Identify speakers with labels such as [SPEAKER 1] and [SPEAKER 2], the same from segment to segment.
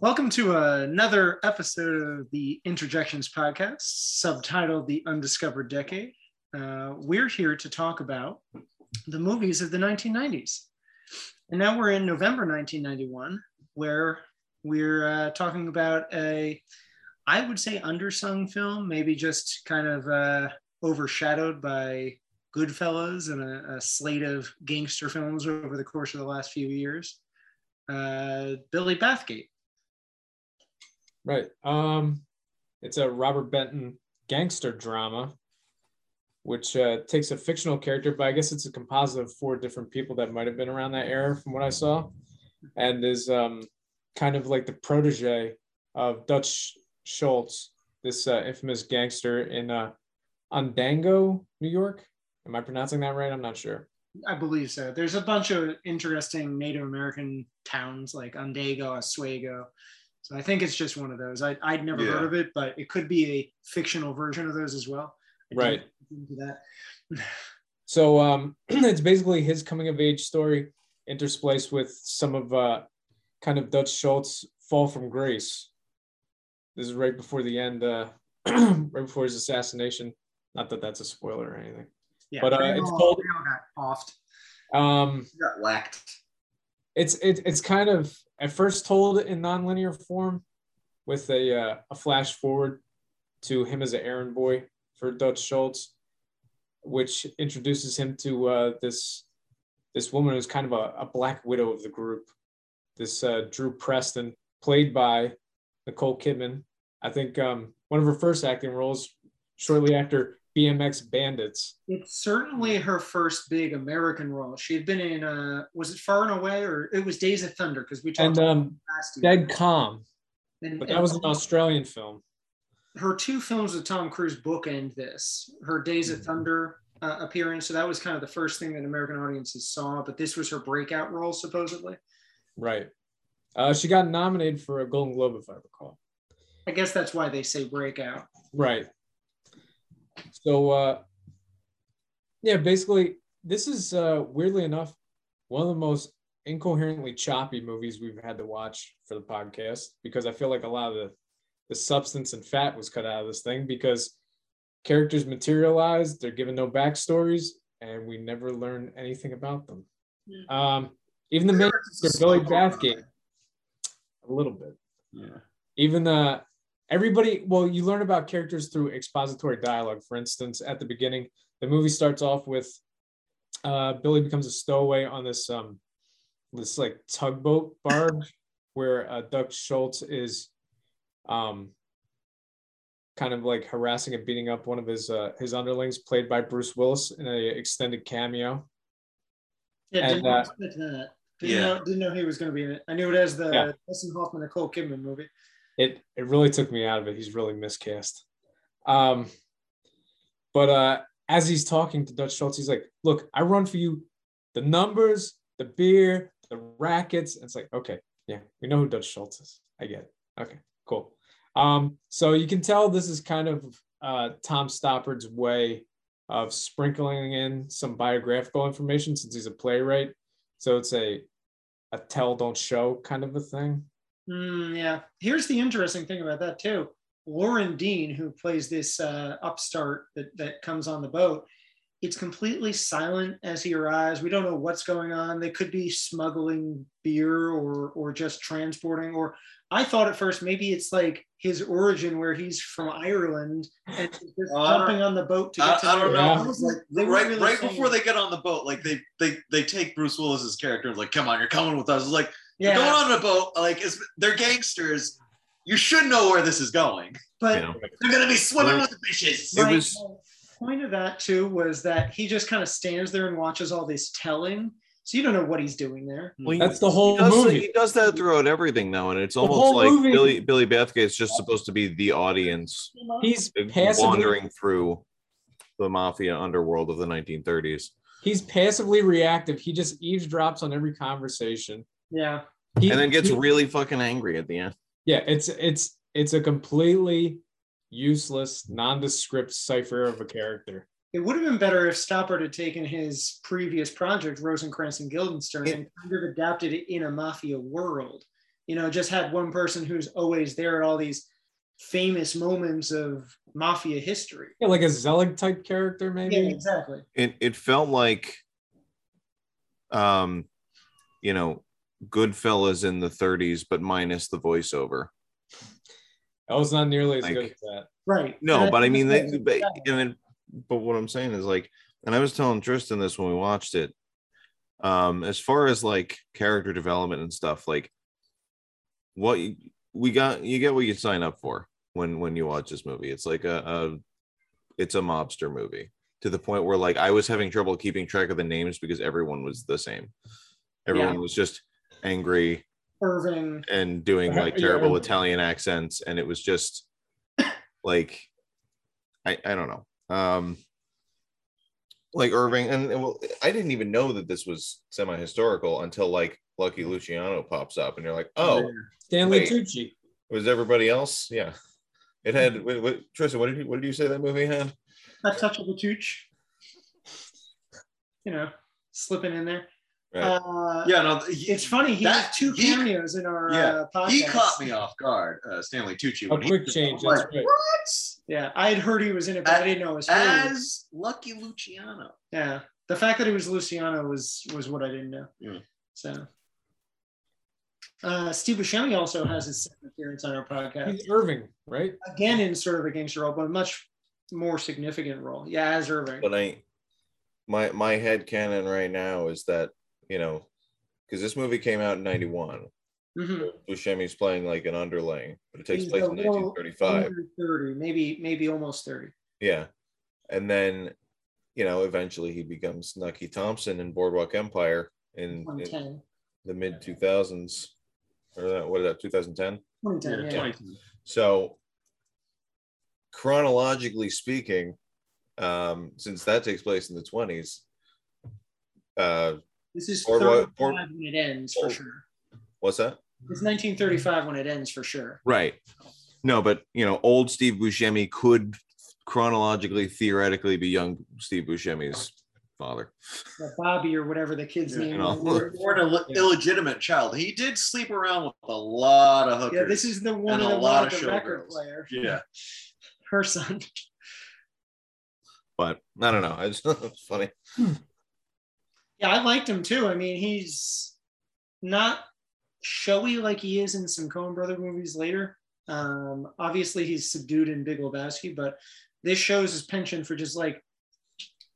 [SPEAKER 1] Welcome to another episode of the Interjections Podcast, subtitled The Undiscovered Decade. Uh, we're here to talk about the movies of the 1990s. And now we're in November 1991, where we're uh, talking about a, I would say, undersung film, maybe just kind of uh, overshadowed by Goodfellas and a, a slate of gangster films over the course of the last few years. Uh, Billy Bathgate.
[SPEAKER 2] Right. Um, it's a Robert Benton gangster drama, which uh, takes a fictional character, but I guess it's a composite of four different people that might have been around that era, from what I saw, and is um, kind of like the protege of Dutch Schultz, this uh, infamous gangster in uh, Ondango, New York. Am I pronouncing that right? I'm not sure.
[SPEAKER 1] I believe so. There's a bunch of interesting Native American towns like Ondago, Oswego. So I think it's just one of those. I, I'd never
[SPEAKER 3] Yeah.
[SPEAKER 1] heard of it, but it could be a fictional version of those as well. I didn't
[SPEAKER 2] Right.
[SPEAKER 1] look into that.
[SPEAKER 2] So um, it's basically his coming of age story interspliced with some of uh, kind of Dutch Schultz fall from grace. This is right before the end, uh, right before his assassination. Not that that's a spoiler or anything.
[SPEAKER 1] Yeah.
[SPEAKER 2] But, uh,
[SPEAKER 1] we
[SPEAKER 2] it's
[SPEAKER 1] all-
[SPEAKER 2] called-
[SPEAKER 1] we all got offed.
[SPEAKER 2] Um,
[SPEAKER 3] got whacked.
[SPEAKER 2] it's it, it's kind of at first told in nonlinear form with a uh, a flash forward to him as an errand boy for Dutch Schultz, which introduces him to uh, this this woman who's kind of a, a black widow of the group. This uh, Drew Preston, played by Nicole Kidman, I think um, one of her first acting roles shortly after BMX Bandits.
[SPEAKER 1] It's certainly her first big American role. She had been in, uh, was it Far and Away or it was Days of Thunder? Because we talked
[SPEAKER 2] And
[SPEAKER 1] about
[SPEAKER 2] um,
[SPEAKER 1] it last year.
[SPEAKER 2] Dead Calm,
[SPEAKER 1] And-
[SPEAKER 2] but that
[SPEAKER 1] and-
[SPEAKER 2] was an Australian film.
[SPEAKER 1] her two films with Tom Cruise bookend this. Her Days
[SPEAKER 2] Mm-hmm.
[SPEAKER 1] of Thunder uh, appearance, so that was kind of the first thing that American audiences saw. But this was her breakout role, supposedly.
[SPEAKER 2] Right. Uh, she got nominated for a Golden Globe, if I recall.
[SPEAKER 1] I guess that's why they say breakout.
[SPEAKER 2] Right. So, uh, yeah, basically, this is uh, weirdly enough one of the most incoherently choppy movies we've had to watch for the podcast because I feel like a lot of the, the substance and fat was cut out of this thing because characters materialize, they're given no backstories, and we never learn anything about them. Um, even the main character, Billy Bathgate, a little bit.
[SPEAKER 3] Yeah.
[SPEAKER 2] even uh everybody well you learn about characters through expository dialogue for instance at the beginning the movie starts off with uh billy becomes a stowaway on this um this like tugboat barge where uh doug schultz is um kind of like harassing and beating up one of his uh his underlings played by bruce willis in a extended cameo
[SPEAKER 1] Yeah,
[SPEAKER 2] And,
[SPEAKER 1] didn't
[SPEAKER 2] uh,
[SPEAKER 1] expect that. Didn't,
[SPEAKER 3] Yeah.
[SPEAKER 1] know, didn't know he was going to be in it. I knew it as the
[SPEAKER 2] Yeah.
[SPEAKER 1] Dustin Hoffman Nicole Kidman movie.
[SPEAKER 2] it it really took me out of it. He's really miscast. Um, but uh, as he's talking to Dutch Schultz, he's like, "Look, I run for you. The numbers, the beer, the rackets." And it's like, okay, yeah, we know who Dutch Schultz is. I get it. Okay, cool. Um, so you can tell this is kind of uh, Tom Stoppard's way of sprinkling in some biographical information since he's a playwright. So it's a a tell don't show kind of a thing.
[SPEAKER 1] Mm, yeah. Here's the interesting thing about that too. Lauren Dean, who plays this uh, upstart that, that comes on the boat, it's completely silent as he arrives. We don't know what's going on. They could be smuggling beer or or just transporting. Or I thought at first maybe it's like his origin where he's from Ireland and he's just
[SPEAKER 3] Uh,
[SPEAKER 1] jumping on the boat to
[SPEAKER 3] I,
[SPEAKER 1] get to
[SPEAKER 3] I don't know.
[SPEAKER 1] Ireland.
[SPEAKER 2] Yeah.
[SPEAKER 3] I was
[SPEAKER 1] They
[SPEAKER 3] like,
[SPEAKER 1] weren't
[SPEAKER 3] right,
[SPEAKER 1] really
[SPEAKER 3] right
[SPEAKER 1] saying-
[SPEAKER 3] before they get on the boat, like they they they take Bruce Willis's character and like, come on, you're coming with us. It's like
[SPEAKER 1] yeah.
[SPEAKER 3] going on a boat, like it's, they're gangsters. You should know where this is going.
[SPEAKER 1] but
[SPEAKER 4] you know.
[SPEAKER 3] They're gonna be swimming
[SPEAKER 4] Right.
[SPEAKER 3] with the fishes.
[SPEAKER 4] It
[SPEAKER 1] Right.
[SPEAKER 4] was-
[SPEAKER 1] The point of that too was that he just kind of stands there and watches all this telling, so you don't know what he's doing there.
[SPEAKER 2] That's the whole
[SPEAKER 4] he does,
[SPEAKER 2] movie.
[SPEAKER 4] He does that throughout everything though, and it's
[SPEAKER 2] The
[SPEAKER 4] almost
[SPEAKER 2] whole
[SPEAKER 4] like
[SPEAKER 2] movie.
[SPEAKER 4] Billy Billy Bathgate's just supposed to be the audience
[SPEAKER 2] He's passively,
[SPEAKER 4] wandering through the mafia underworld of the 1930s.
[SPEAKER 2] he's passively reactive. He just eavesdrops on every conversation.
[SPEAKER 1] Yeah,
[SPEAKER 2] He,
[SPEAKER 4] And then gets
[SPEAKER 2] he-
[SPEAKER 4] really fucking angry at the end.
[SPEAKER 2] yeah. It's it's it's a completely useless, nondescript cipher of a character.
[SPEAKER 1] it would have been better if Stoppard had taken his previous project, Rosencrantz and Guildenstern, and kind of adapted it in a mafia world. you know, just had one person who's always there at all these famous moments of mafia history.
[SPEAKER 2] Yeah, like a Zelig type character, maybe.
[SPEAKER 1] Yeah, exactly.
[SPEAKER 4] it it felt like um you know goodfellas in the 30s but minus the voiceover
[SPEAKER 2] I was not nearly as
[SPEAKER 4] Like-
[SPEAKER 2] good as that.
[SPEAKER 1] Right. And
[SPEAKER 4] no but i
[SPEAKER 1] think
[SPEAKER 4] mean they
[SPEAKER 1] that's-
[SPEAKER 4] but, and then but what i'm saying is like and i was telling tristan this when we watched it um as far as like character development and stuff like what you, we got you get what you sign up for when when you watch this movie it's like a, a it's a mobster movie to the point where like i was having trouble keeping track of the names because everyone was the same everyone was just angry
[SPEAKER 1] Irving.
[SPEAKER 4] and doing like
[SPEAKER 2] Yeah.
[SPEAKER 4] terrible Italian accents, and it was just like I I don't know, um, like Irving, and and, well, I didn't even know that this was semi historical until like Lucky Luciano pops up, and you're like, oh,
[SPEAKER 2] Stanley
[SPEAKER 4] Wait.
[SPEAKER 2] Tucci.
[SPEAKER 4] was everybody else? Yeah, it had. What, what, Tristan, what did you what did you say that movie had?
[SPEAKER 1] a touch of the tooch. You know, slipping in there.
[SPEAKER 4] Right.
[SPEAKER 1] Uh,
[SPEAKER 3] Yeah, no, he-
[SPEAKER 1] It's funny. He
[SPEAKER 3] That-
[SPEAKER 1] has two
[SPEAKER 3] he-
[SPEAKER 1] cameos in our
[SPEAKER 3] Yeah,
[SPEAKER 1] uh, podcast.
[SPEAKER 3] He caught me off guard, uh, Stanley Tucci.
[SPEAKER 2] A
[SPEAKER 3] when he-
[SPEAKER 2] quick change.
[SPEAKER 3] I'm
[SPEAKER 2] That's
[SPEAKER 3] like,
[SPEAKER 2] right.
[SPEAKER 3] What?
[SPEAKER 1] Yeah, I had heard he was in it, but I didn't know it was him.
[SPEAKER 3] As Lucky Luciano.
[SPEAKER 1] Yeah, the fact that it was Luciano was was what I didn't know.
[SPEAKER 3] Yeah.
[SPEAKER 1] So, uh, Steve Buscemi also has his second appearance on our podcast
[SPEAKER 2] He's Irving, right?
[SPEAKER 1] again in sort of a gangster role, but a much more significant role. Yeah, as Irving.
[SPEAKER 4] But I my my head canon right now is that you know because this movie came out in '91.
[SPEAKER 1] Mhm.
[SPEAKER 4] Buscemi's playing like an underling, but it takes
[SPEAKER 1] He's
[SPEAKER 4] place
[SPEAKER 1] a
[SPEAKER 4] in
[SPEAKER 1] little
[SPEAKER 4] 1935.
[SPEAKER 1] Under Thirty, maybe maybe almost thirty.
[SPEAKER 4] Yeah. And then, you know, eventually he becomes Nucky Thompson in Boardwalk Empire in,
[SPEAKER 1] One
[SPEAKER 4] in
[SPEAKER 1] ten.
[SPEAKER 4] the mid 2000s or that, what is that, 2010?
[SPEAKER 1] One ten. Yeah.
[SPEAKER 3] Yeah.
[SPEAKER 4] So, chronologically speaking, um, since that takes place in the 20s, uh,
[SPEAKER 1] This is
[SPEAKER 4] Or what-
[SPEAKER 1] 35
[SPEAKER 4] or-
[SPEAKER 1] when it ends for
[SPEAKER 4] or-
[SPEAKER 1] sure.
[SPEAKER 4] what's that?
[SPEAKER 1] It's 1935 when it ends for sure.
[SPEAKER 4] Right. No, but you know, old Steve Buscemi could chronologically, theoretically be young Steve Buscemi's father.
[SPEAKER 1] But Bobby or whatever the kid's
[SPEAKER 3] Yeah,
[SPEAKER 1] name.
[SPEAKER 4] you know.
[SPEAKER 1] is.
[SPEAKER 3] Born a li- illegitimate child. He did sleep around with a lot of hookers.
[SPEAKER 1] Yeah, this is the one
[SPEAKER 3] And
[SPEAKER 1] of
[SPEAKER 3] a
[SPEAKER 1] the
[SPEAKER 3] lot
[SPEAKER 1] one
[SPEAKER 3] of
[SPEAKER 1] with the record
[SPEAKER 3] showgirls.
[SPEAKER 1] player.
[SPEAKER 3] Yeah.
[SPEAKER 1] Her son.
[SPEAKER 4] But I don't know. I just it's funny.
[SPEAKER 1] Yeah, I liked him too. I mean, he's not showy like he is in some Coen Brother movies later. Um, obviously, he's subdued in Big Lebowski, but this shows his penchant for just like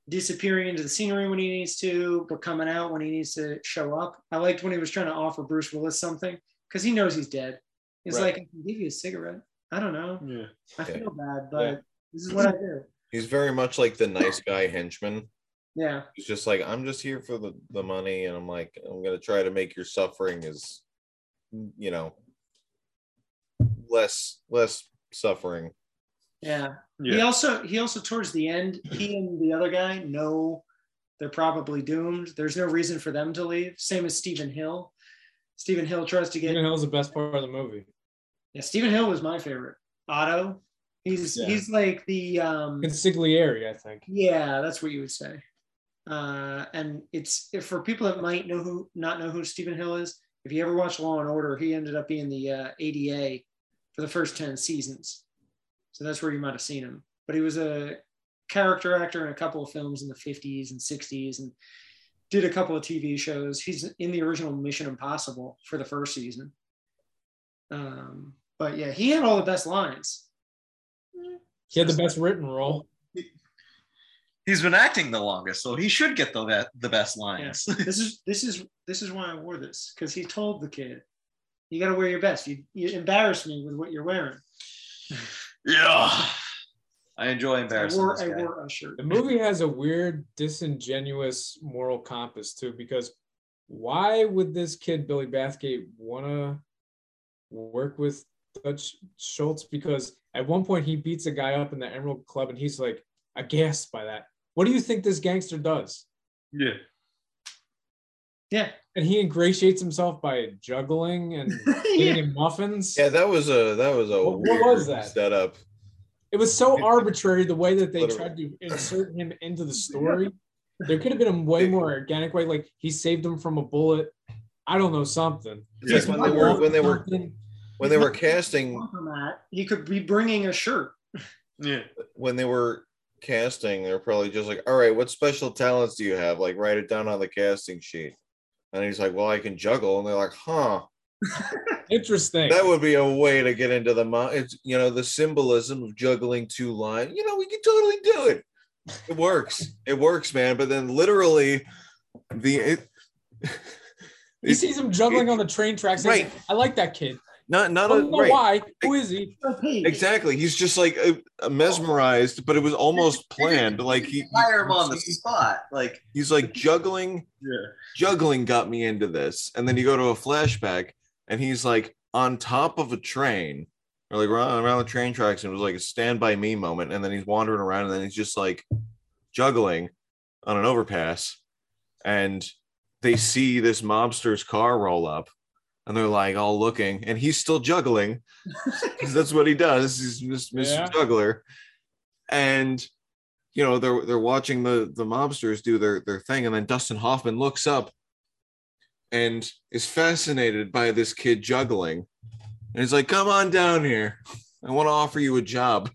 [SPEAKER 1] disappearing into the scenery when he needs to, but coming out when he needs to show up. I liked when he was trying to offer Bruce Willis something because he knows he's dead. He's
[SPEAKER 2] Right.
[SPEAKER 1] like, I can give you a cigarette. I don't know.
[SPEAKER 3] Yeah.
[SPEAKER 1] I
[SPEAKER 4] Yeah.
[SPEAKER 1] feel bad, but
[SPEAKER 2] Yeah.
[SPEAKER 1] this is what I do.
[SPEAKER 4] He's very much like the nice guy henchman.
[SPEAKER 1] Yeah.
[SPEAKER 4] He's just like, I'm just here for the, the money, and I'm like, I'm gonna try to make your suffering as you know less less suffering.
[SPEAKER 1] Yeah.
[SPEAKER 3] Yeah.
[SPEAKER 1] He also he also towards the end, he and the other guy know they're probably doomed. There's no reason for them to leave. Same as Stephen Hill. Stephen Hill tries to get
[SPEAKER 2] Stephen Hill's the best part of the movie.
[SPEAKER 1] yeah, Stephen Hill was my favorite. Otto. He's
[SPEAKER 2] Yeah.
[SPEAKER 1] he's like the um
[SPEAKER 2] Consigliere, I think.
[SPEAKER 1] yeah, that's what you would say. Uh, and it's if for people that might know who not know who Stephen Hill is. If you ever watch Law and Order, he ended up being the uh, ADA for the first ten seasons, so that's where you might have seen him. But he was a character actor in a couple of films in the '50s and '60s, and did a couple of TV shows. He's in the original Mission Impossible for the first season. Um, but yeah, he had all the best lines.
[SPEAKER 2] He had the best written role.
[SPEAKER 3] He's been acting the longest, so he should get the be- the best lines.
[SPEAKER 1] this is this is this is why I wore this because he told the kid, "You got to wear your best. You, you embarrass me with what you're wearing."
[SPEAKER 3] Yeah. I enjoy
[SPEAKER 1] I
[SPEAKER 3] embarrassing
[SPEAKER 1] wore
[SPEAKER 3] this
[SPEAKER 1] I
[SPEAKER 3] guy.
[SPEAKER 1] wore a shirt.
[SPEAKER 2] The movie has a weird, disingenuous moral compass too, because why would this kid Billy Bathgate wanna work with Dutch Schultz? Because at one point he beats a guy up in the Emerald Club, and he's like aghast by that. What do you think this gangster does?
[SPEAKER 3] Yeah.
[SPEAKER 1] Yeah,
[SPEAKER 2] And he ingratiates himself by juggling and
[SPEAKER 1] Yeah.
[SPEAKER 2] eating muffins.
[SPEAKER 4] Yeah, that was a that was a
[SPEAKER 2] What- what
[SPEAKER 4] weird
[SPEAKER 2] was that?
[SPEAKER 4] setup.
[SPEAKER 2] It was so arbitrary the way that they
[SPEAKER 4] Literally.
[SPEAKER 2] tried to insert him into the story. There could have been a way more organic way, like he saved him from a bullet. I don't know something.
[SPEAKER 4] Yeah,
[SPEAKER 2] He's
[SPEAKER 4] when
[SPEAKER 2] not
[SPEAKER 4] they were-
[SPEAKER 2] know
[SPEAKER 4] when they were-
[SPEAKER 2] something.
[SPEAKER 4] when they were casting
[SPEAKER 1] Matt, he could be bringing a shirt.
[SPEAKER 3] Yeah.
[SPEAKER 4] when they were casting, they were probably just like, "All right, what special talents do you have? Like, write it down on the casting sheet." And he's like, "Well, I can juggle," and they're like, "Huh,
[SPEAKER 2] interesting.
[SPEAKER 4] that would be a way to get into the mo- it's you know the symbolism of juggling two lines. You know, we could totally do it. It works. It works, man. But then literally, the it,
[SPEAKER 2] he sees him juggling on the train tracks. Right.
[SPEAKER 4] Right.
[SPEAKER 2] I like that kid.
[SPEAKER 4] not
[SPEAKER 2] I
[SPEAKER 4] not a,
[SPEAKER 2] don't know
[SPEAKER 4] right
[SPEAKER 2] oh, why. Who is he?
[SPEAKER 1] So, hey,
[SPEAKER 4] exactly. He's just like uh, uh, mesmerized, but it was almost planned. Like he
[SPEAKER 3] Fire him on the spot. Like,
[SPEAKER 4] he's like juggling
[SPEAKER 3] yeah.
[SPEAKER 4] juggling got me into this. And then you go to a flashback and he's like on top of a train or like around, around the train tracks. And it was like a stand by me moment. And then he's wandering around and then he's just like juggling on an overpass. And they see this mobster's car roll up and they're like all looking and he's still juggling 'Cause that's what he does. He's Mr. Mr.
[SPEAKER 2] Yeah.
[SPEAKER 4] Juggler. And you know they're they're watching the the mobsters do their their thing and then dustin hoffman looks up and is fascinated by this kid juggling and he's like come on down here i want to offer you a job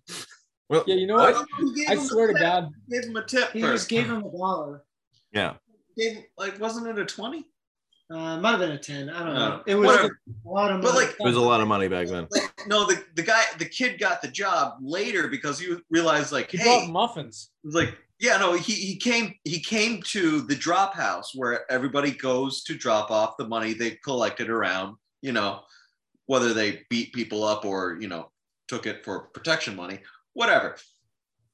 [SPEAKER 4] well
[SPEAKER 2] Yeah, you know
[SPEAKER 3] Why
[SPEAKER 2] what?
[SPEAKER 3] don't you give
[SPEAKER 2] I
[SPEAKER 3] him a
[SPEAKER 2] swear to
[SPEAKER 3] tip?
[SPEAKER 2] God,
[SPEAKER 3] Give him a tip
[SPEAKER 1] he
[SPEAKER 3] first.
[SPEAKER 1] just gave him a dollar.
[SPEAKER 4] yeah
[SPEAKER 3] Gave, like, wasn't it a 20?
[SPEAKER 1] Uh, might have been a 10. I don't know.
[SPEAKER 3] No.
[SPEAKER 1] It was
[SPEAKER 3] Oh. Whatever.
[SPEAKER 1] a lot of money.
[SPEAKER 3] But, like,
[SPEAKER 4] it was a lot of money back then
[SPEAKER 3] like, no, the, the guy, the kid got the job later because he realized, like,
[SPEAKER 2] he
[SPEAKER 3] hey,
[SPEAKER 2] brought muffins.
[SPEAKER 3] It was like yeah no he, he came he came to the drop house where everybody goes to drop off the money they collected around you know whether they beat people up or you know took it for protection money whatever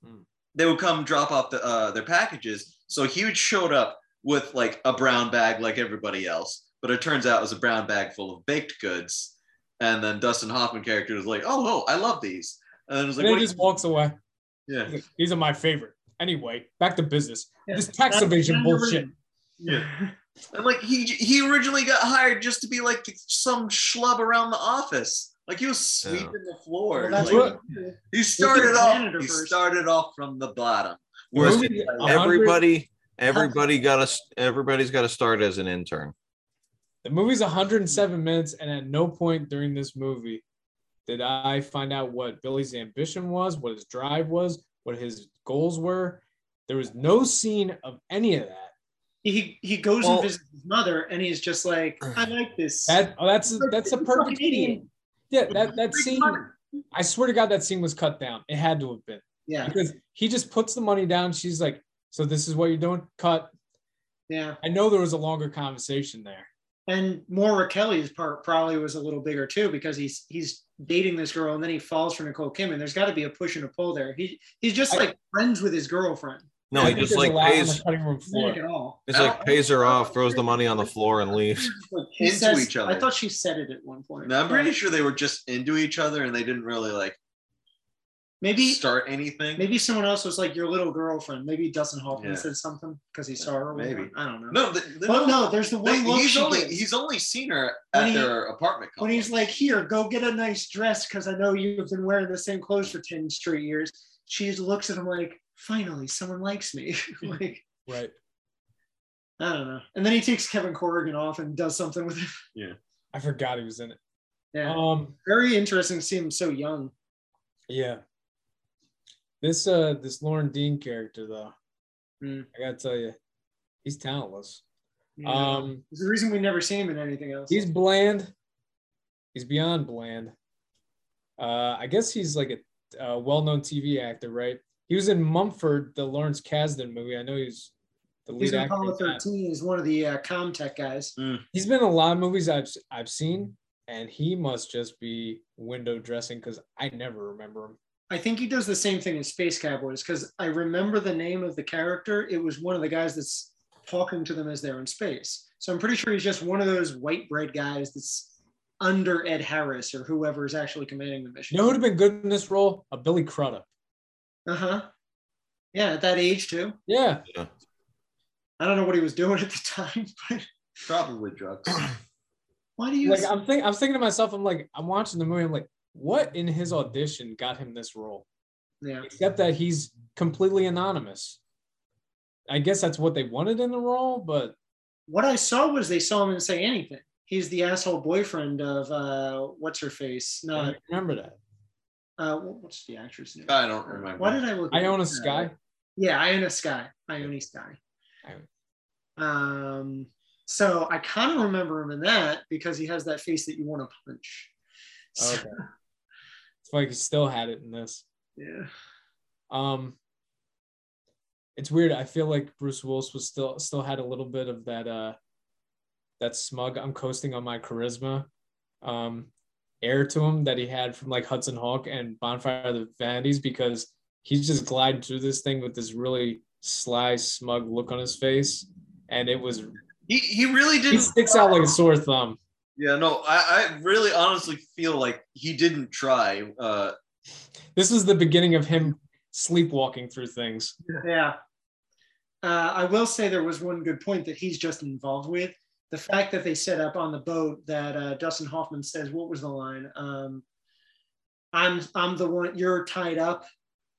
[SPEAKER 4] Hmm.
[SPEAKER 3] they would come drop off the, uh, their packages so he showed up with like a brown bag like everybody else but it turns out it was a brown bag full of baked goods and then dustin hoffman character was like oh, oh i love these and then it was like
[SPEAKER 2] and then
[SPEAKER 3] what
[SPEAKER 2] he
[SPEAKER 3] do
[SPEAKER 2] just walks away.
[SPEAKER 3] you- yeah
[SPEAKER 2] He's like, These are my favorite. Anyway, back to business.
[SPEAKER 1] Yeah.
[SPEAKER 2] This tax
[SPEAKER 1] That's
[SPEAKER 2] evasion
[SPEAKER 1] kind of
[SPEAKER 2] bullshit.
[SPEAKER 1] rude.
[SPEAKER 3] Yeah. And like he he originally got hired just to be like some schlub around the office. Like he was sweeping the floor.
[SPEAKER 1] Well, that's
[SPEAKER 3] Like,
[SPEAKER 1] what,
[SPEAKER 3] he started
[SPEAKER 1] the
[SPEAKER 3] off.
[SPEAKER 1] janitor
[SPEAKER 3] He
[SPEAKER 1] first.
[SPEAKER 3] started off from the bottom.
[SPEAKER 2] The
[SPEAKER 4] Whereas
[SPEAKER 2] movie- a hundred-
[SPEAKER 4] everybody everybody got us everybody's got to start as an intern
[SPEAKER 2] The movie's 107 minutes, and at no point during this movie did I find out what Billy's ambition was, what his drive was, what his goals were. There was no scene of any of that.
[SPEAKER 1] he he goes
[SPEAKER 4] Well-
[SPEAKER 1] and visits his mother, and he's just like, I like this.
[SPEAKER 2] That oh, that's that's a
[SPEAKER 1] Fucking
[SPEAKER 2] perfect
[SPEAKER 1] idiot.
[SPEAKER 2] scene. Yeah, that that scene. I swear to God, that scene was cut down. It had to have been
[SPEAKER 1] Yeah,
[SPEAKER 2] because he just puts the money down. She's like, "So this is what you're doing? Cut."
[SPEAKER 1] yeah.
[SPEAKER 2] I know there was a longer conversation there.
[SPEAKER 1] And Maura Kelly's part probably was a little bigger too because he's he's dating this girl, and then he falls for Nicole Kim, and there's got to be a push and a pull there. He he's just
[SPEAKER 2] I-
[SPEAKER 1] like friends with his girlfriend.
[SPEAKER 4] no
[SPEAKER 2] I
[SPEAKER 4] he
[SPEAKER 2] think
[SPEAKER 4] just
[SPEAKER 2] there's
[SPEAKER 4] like
[SPEAKER 2] a lot on
[SPEAKER 4] pays
[SPEAKER 2] the cutting room floor.
[SPEAKER 1] Not at all.
[SPEAKER 4] it's like pays her off throws the money on the floor and leaves
[SPEAKER 1] Like, he
[SPEAKER 3] Into
[SPEAKER 1] says-
[SPEAKER 3] each other.
[SPEAKER 1] I thought she said it at one point.
[SPEAKER 3] No, I'm pretty sure they were just into each other and they didn't really like
[SPEAKER 1] Maybe
[SPEAKER 3] start anything.
[SPEAKER 1] Maybe someone else was like your little girlfriend. Maybe Dustin Hoffman
[SPEAKER 3] Yeah.
[SPEAKER 1] said something because he saw her.
[SPEAKER 3] Maybe.
[SPEAKER 1] I don't know.
[SPEAKER 3] No, the, the-
[SPEAKER 1] but Oh, no, there's the
[SPEAKER 3] they-
[SPEAKER 1] one look
[SPEAKER 3] he's
[SPEAKER 1] she
[SPEAKER 3] only
[SPEAKER 1] gives
[SPEAKER 3] he's only seen her at
[SPEAKER 1] When he-
[SPEAKER 3] their apartment.
[SPEAKER 1] when
[SPEAKER 3] complex.
[SPEAKER 1] he's like, "Here, go get a nice dress because I know you've been wearing the same clothes for ten straight years." She just looks at him like, "Finally, someone likes me."
[SPEAKER 2] Hmm.
[SPEAKER 1] like
[SPEAKER 2] Right.
[SPEAKER 1] I don't know. And then he takes Kevin Corrigan off and does something with him.
[SPEAKER 2] I forgot he was in it.
[SPEAKER 1] Yeah,
[SPEAKER 2] Um.
[SPEAKER 1] very interesting to see him so young.
[SPEAKER 2] Yeah. This uh this Lauren Dean character though,
[SPEAKER 1] Hmm.
[SPEAKER 2] I gotta tell you, he's talentless.
[SPEAKER 1] You know?
[SPEAKER 2] Um,
[SPEAKER 1] There's a reason we never see him in anything else.
[SPEAKER 2] he's bland. He's beyond bland. Uh, I guess he's like a, a well-known TV actor, right? He was in Mumford, the Lawrence Kasdan movie. I know he's the lead
[SPEAKER 1] He's in
[SPEAKER 2] actor.
[SPEAKER 1] Apollo
[SPEAKER 2] in that.
[SPEAKER 1] 13 is one of the uh, Comtech guys.
[SPEAKER 2] He's been in a lot of movies I've I've seen, and he must just be window dressing because I never remember him.
[SPEAKER 1] I think he does the same thing in Space Cowboys because I remember the name of the character. It was one of the guys that's talking to them as they're in space. So I'm pretty sure he's just one of those white bread guys that's under Ed Harris or whoever is actually commanding the mission.
[SPEAKER 2] You know who'd have been good in this role? A Billy Crudup.
[SPEAKER 1] Uh huh. Yeah, at that age too.
[SPEAKER 2] Yeah.
[SPEAKER 1] I don't know what he was doing at the time, but
[SPEAKER 3] probably drugs.
[SPEAKER 1] why do you?
[SPEAKER 2] like I'm thinking, I'm thinking to myself, I'm like, I'm watching the movie. I'm like, what in his audition got him this role?
[SPEAKER 1] yeah.
[SPEAKER 2] Except that he's completely anonymous. I guess that's what they wanted in the role, but
[SPEAKER 1] What I saw was they saw him and say anything. He's the asshole boyfriend of uh, what's her face?
[SPEAKER 2] I
[SPEAKER 1] No,
[SPEAKER 2] don't remember that.
[SPEAKER 1] uh, what- what's the actress name?
[SPEAKER 3] I don't remember.
[SPEAKER 1] Why did I look? at
[SPEAKER 2] Iona
[SPEAKER 1] that?
[SPEAKER 2] Sky.
[SPEAKER 1] Yeah, Iona Sky. Ione Sky.
[SPEAKER 2] Ione.
[SPEAKER 1] Um, so I kind of remember him in that because he has that face that you want to punch. So,
[SPEAKER 2] Okay. It's like he still had it in this.
[SPEAKER 1] yeah.
[SPEAKER 2] Um, it's weird. I feel like Bruce Willis was still still had a little bit of that uh, that smug. I'm coasting on my charisma, um, air to him that he had from like Hudson Hawk and Bonfire of the Vanities because he's just gliding through this thing with this really sly, smug look on his face, and it was
[SPEAKER 3] He, he really
[SPEAKER 2] he
[SPEAKER 3] didn't.
[SPEAKER 2] sticks out like a sore thumb.
[SPEAKER 3] Yeah, no, I, I really honestly feel like he didn't try. Uh,
[SPEAKER 2] This was the beginning of him sleepwalking through things.
[SPEAKER 1] Yeah. Uh, I will say there was one good point that he's just involved with. The fact that they set up on the boat that uh, Dustin Hoffman says, what was the line? Um, I'm I'm the one you're tied up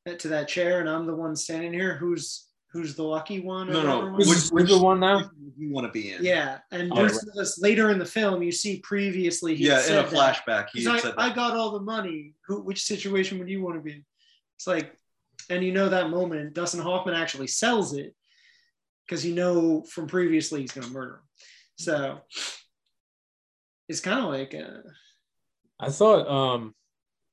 [SPEAKER 1] uh, to that chair, and I'm the one standing here. Who's who's the lucky one? or
[SPEAKER 3] No, no.
[SPEAKER 1] whatever it was?
[SPEAKER 2] Who's the
[SPEAKER 3] Which-
[SPEAKER 2] stupid
[SPEAKER 3] which-
[SPEAKER 2] one now?
[SPEAKER 3] you want to be in.
[SPEAKER 1] Yeah, and
[SPEAKER 2] Oh,
[SPEAKER 1] there's this later in the film you see previously. He had
[SPEAKER 3] yeah. In a
[SPEAKER 1] said that.
[SPEAKER 3] flashback, he
[SPEAKER 1] He's
[SPEAKER 3] had
[SPEAKER 1] like,
[SPEAKER 3] said that.
[SPEAKER 1] I got all the money. Who? Which situation would you want to be in? It's like, and you know that moment, Dustin Hoffman actually sells it because you know from previously he's going to murder him. So it's kind of like, uh,
[SPEAKER 2] I thought um,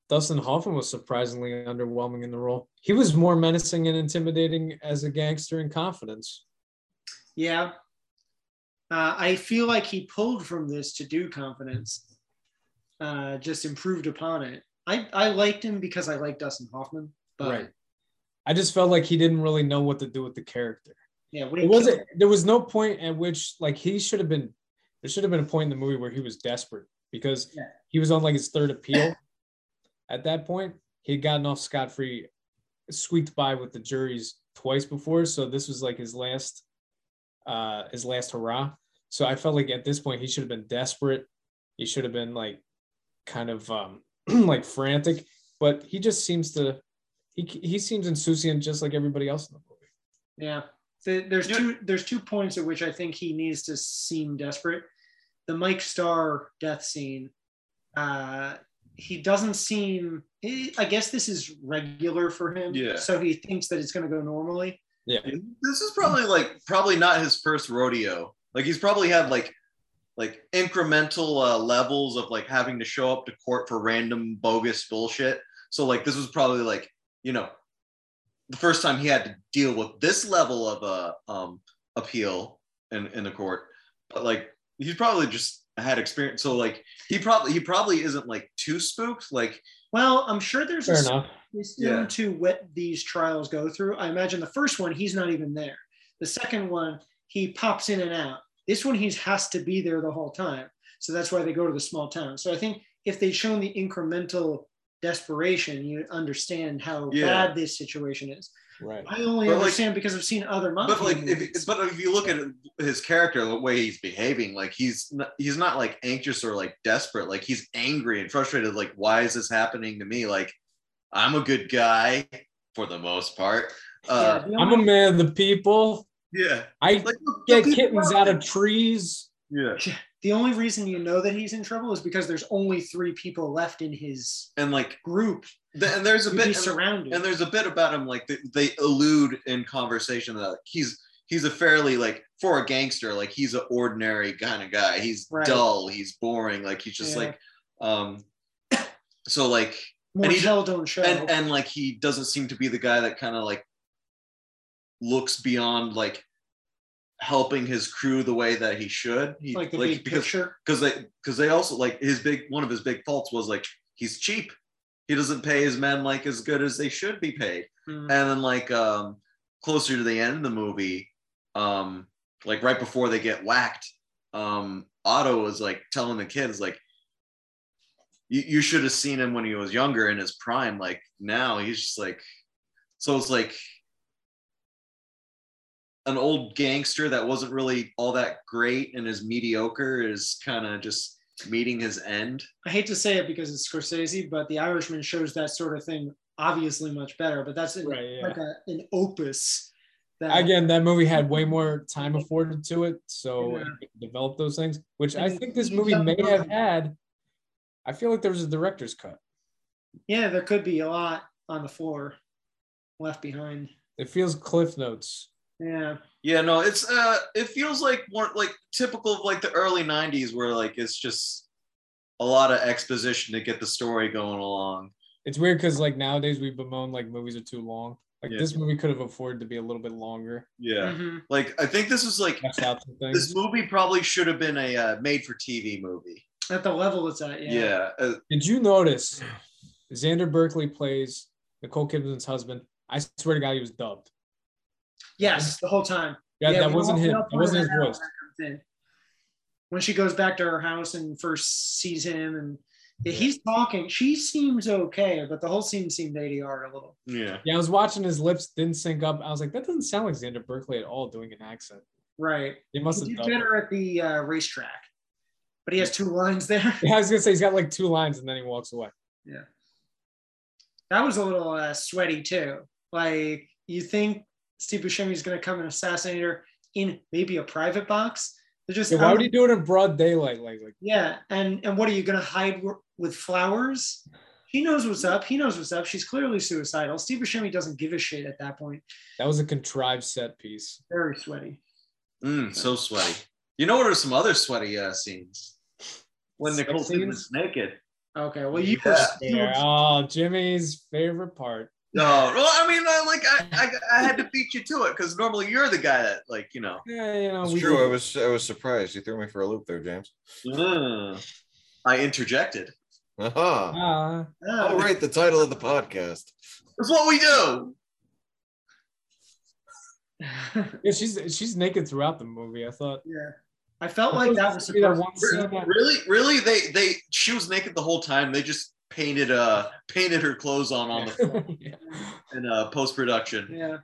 [SPEAKER 2] Dustin Hoffman was surprisingly underwhelming in the role. He was more menacing and intimidating as a gangster in Confidence.
[SPEAKER 1] yeah. Uh, I feel like he pulled from this to do confidence, uh, just improved upon it. I, I liked him because I like Dustin Hoffman, but
[SPEAKER 2] I just felt like he didn't really know what to do with the character.
[SPEAKER 1] yeah, what do
[SPEAKER 2] It
[SPEAKER 1] you-
[SPEAKER 2] wasn't. There was no point at which like he should have been. There should have been a point in the movie where he was desperate because
[SPEAKER 1] Yeah.
[SPEAKER 2] he was on like his third appeal. at that point, he had gotten off scot free, squeaked by with the juries twice before, so this was like his last, uh, his last hurrah. So I felt like at this point he should have been desperate. He should have been like, kind of um, like frantic, but he just seems to, he he seems insouciant just like everybody else in the movie.
[SPEAKER 1] Yeah. The, there's
[SPEAKER 3] Yeah.
[SPEAKER 1] two there's two points at which I think he needs to seem desperate. The Mike Starr death scene, uh, he doesn't seem. he- I guess this is regular for him,
[SPEAKER 3] Yeah.
[SPEAKER 1] so he thinks that it's going to go normally.
[SPEAKER 3] this is probably like probably not his first rodeo. Like he's probably had like like incremental uh, levels of like having to show up to court for random bogus bullshit. So like this was probably like you know the first time he had to deal with this level of uh, um, appeal in in the court. But like he's probably just had experience. So like he probably he probably isn't like too spooked. Like
[SPEAKER 1] Well, I'm sure there's
[SPEAKER 2] Fair
[SPEAKER 1] a
[SPEAKER 2] enough.
[SPEAKER 1] system
[SPEAKER 3] Yeah.
[SPEAKER 1] to what these trials go through. I imagine the first one he's not even there. The second one he pops in and out. This one he has to be there the whole time. So that's why they go to the small town. So I think if they'd shown the incremental desperation, you understand how
[SPEAKER 3] Yeah.
[SPEAKER 1] bad this situation is.
[SPEAKER 2] Right.
[SPEAKER 1] I only
[SPEAKER 3] But, like-
[SPEAKER 1] understand because I've seen other mafia
[SPEAKER 3] but like
[SPEAKER 1] movies.
[SPEAKER 3] if, but if you look at his character the way he's behaving like he's not, he's not like anxious or like desperate like he's angry and frustrated like why is this happening to me like i'm a good guy for the most part uh
[SPEAKER 1] yeah, the
[SPEAKER 2] I'm a
[SPEAKER 1] only-
[SPEAKER 2] man of the people.
[SPEAKER 3] yeah,
[SPEAKER 2] I
[SPEAKER 3] like look-
[SPEAKER 2] get
[SPEAKER 3] look-
[SPEAKER 2] kittens out of trees.
[SPEAKER 3] yeah
[SPEAKER 1] the only reason you know that he's in trouble is because there's only three people left in his
[SPEAKER 3] and like
[SPEAKER 1] group.
[SPEAKER 3] th- and there's a
[SPEAKER 1] He'd
[SPEAKER 3] bit
[SPEAKER 1] be
[SPEAKER 3] and,
[SPEAKER 1] surrounded.
[SPEAKER 3] and there's a bit about him like they, they allude in conversation that like, he's he's a fairly like for a gangster like he's an ordinary kind of guy he's
[SPEAKER 1] Right.
[SPEAKER 3] dull he's boring like he's just
[SPEAKER 1] Yeah.
[SPEAKER 3] like um so like
[SPEAKER 1] More
[SPEAKER 3] and he-
[SPEAKER 1] tell, don't show.
[SPEAKER 3] and and like he doesn't seem to be the guy that kind of like looks beyond like helping his crew the way that he should he,
[SPEAKER 1] like the big
[SPEAKER 3] because
[SPEAKER 1] picture.
[SPEAKER 3] because they because they also like his big one of his big faults was like he's cheap he doesn't pay his men like as good as they should be paid
[SPEAKER 1] Mm.
[SPEAKER 3] and then like um closer to the end of the movie um like right before they get whacked um otto was like telling the kids like you, you should have seen him when he was younger in his prime like now he's just like so it's like an old gangster that wasn't really all that great and is mediocre is kind of just meeting his end
[SPEAKER 1] I hate to say it because it's Scorsese, but The Irishman shows that sort of thing obviously much better. But that's in,
[SPEAKER 2] Right. Yeah.
[SPEAKER 1] like a, an opus That,
[SPEAKER 2] Again, that movie had way more time afforded to it, so
[SPEAKER 1] Yeah.
[SPEAKER 2] it developed those things, which I
[SPEAKER 1] And
[SPEAKER 2] think this
[SPEAKER 1] you
[SPEAKER 2] movie
[SPEAKER 1] got
[SPEAKER 2] may
[SPEAKER 1] more-
[SPEAKER 2] have had. I feel like there was a director's cut.
[SPEAKER 1] yeah, there could be a lot on the floor left behind.
[SPEAKER 2] It feels Cliff Notes.
[SPEAKER 1] Yeah,
[SPEAKER 3] Yeah, no, it's uh, it feels like more like typical of like the early '90s, where like it's just a lot of exposition to get the story going along.
[SPEAKER 2] It's weird because like nowadays we bemoan like movies are too long. Like
[SPEAKER 3] Yeah.
[SPEAKER 2] this movie could have afforded to be a little bit longer.
[SPEAKER 3] Yeah,
[SPEAKER 2] Hmm.
[SPEAKER 1] Mhm.
[SPEAKER 3] like I think this is like
[SPEAKER 2] That's out some things.
[SPEAKER 3] this movie probably should have been a uh, made-for-TV movie.
[SPEAKER 1] at the level it's at. Yeah,
[SPEAKER 3] Yeah, uh,
[SPEAKER 2] Did you notice Xander Berkeley plays Nicole Kidman's husband? I swear to God, he was dubbed.
[SPEAKER 1] yes, the whole time.
[SPEAKER 2] Yeah,
[SPEAKER 1] Yeah,
[SPEAKER 2] that
[SPEAKER 1] we
[SPEAKER 2] wasn't
[SPEAKER 1] all- we
[SPEAKER 2] him.
[SPEAKER 1] all
[SPEAKER 2] That wasn't his
[SPEAKER 1] pointed that
[SPEAKER 2] voice.
[SPEAKER 1] Then When she goes back to her house and first sees him, and yeah, he's talking, she seems okay, but the whole scene seemed ADR a little.
[SPEAKER 3] yeah,
[SPEAKER 2] Yeah, I was watching his lips didn't sync up. I was like, that doesn't sound like Xander Berkeley at all doing an accent.
[SPEAKER 1] Right.
[SPEAKER 2] He must
[SPEAKER 1] He
[SPEAKER 2] have
[SPEAKER 1] did
[SPEAKER 2] dubbed. it.
[SPEAKER 1] better at the uh, racetrack, but he has two lines there.
[SPEAKER 2] Yeah, I was gonna say he's got like two lines and then he walks away.
[SPEAKER 1] That was a little uh, sweaty too. Like you think Steve Buscemi is going to come and assassinate her in maybe a private box? They're just um,
[SPEAKER 2] Yeah, why would he do it in broad daylight? Like, like
[SPEAKER 1] yeah. And and what are you going to hide w- with flowers? He knows what's up. He knows what's up. She's clearly suicidal. Steve Buscemi doesn't give a shit at that point.
[SPEAKER 2] that was a contrived set piece.
[SPEAKER 1] Very sweaty.
[SPEAKER 3] Mm, so sweaty. You know what are some other sweaty uh, scenes? When
[SPEAKER 2] Sex
[SPEAKER 3] Nicole
[SPEAKER 2] scenes?
[SPEAKER 3] Kidman's naked.
[SPEAKER 1] Okay. Well, you
[SPEAKER 3] Yeah.
[SPEAKER 2] Yeah, Oh, Jimmy's favorite part.
[SPEAKER 3] No, well, I mean, I, like I, I, I had to beat you to it because normally you're the guy that, like, you know.
[SPEAKER 2] Yeah, you know,
[SPEAKER 4] That's
[SPEAKER 2] we
[SPEAKER 4] true. I was I was surprised. You threw me for a loop there, James.
[SPEAKER 3] "Mm." I interjected.
[SPEAKER 4] Aha.
[SPEAKER 2] Ah,
[SPEAKER 4] All right, Uh-huh. the title of the podcast.
[SPEAKER 3] That's what we do.
[SPEAKER 1] yeah.
[SPEAKER 2] yeah, she's she's naked throughout the movie. I thought.
[SPEAKER 1] I felt like that was
[SPEAKER 2] Maybe that
[SPEAKER 1] supposed.
[SPEAKER 2] one scene that-
[SPEAKER 3] Really, really, they they she was naked the whole time. They just painted uh painted her clothes on on the
[SPEAKER 2] Yeah.
[SPEAKER 3] in uh, post production.
[SPEAKER 1] Yeah.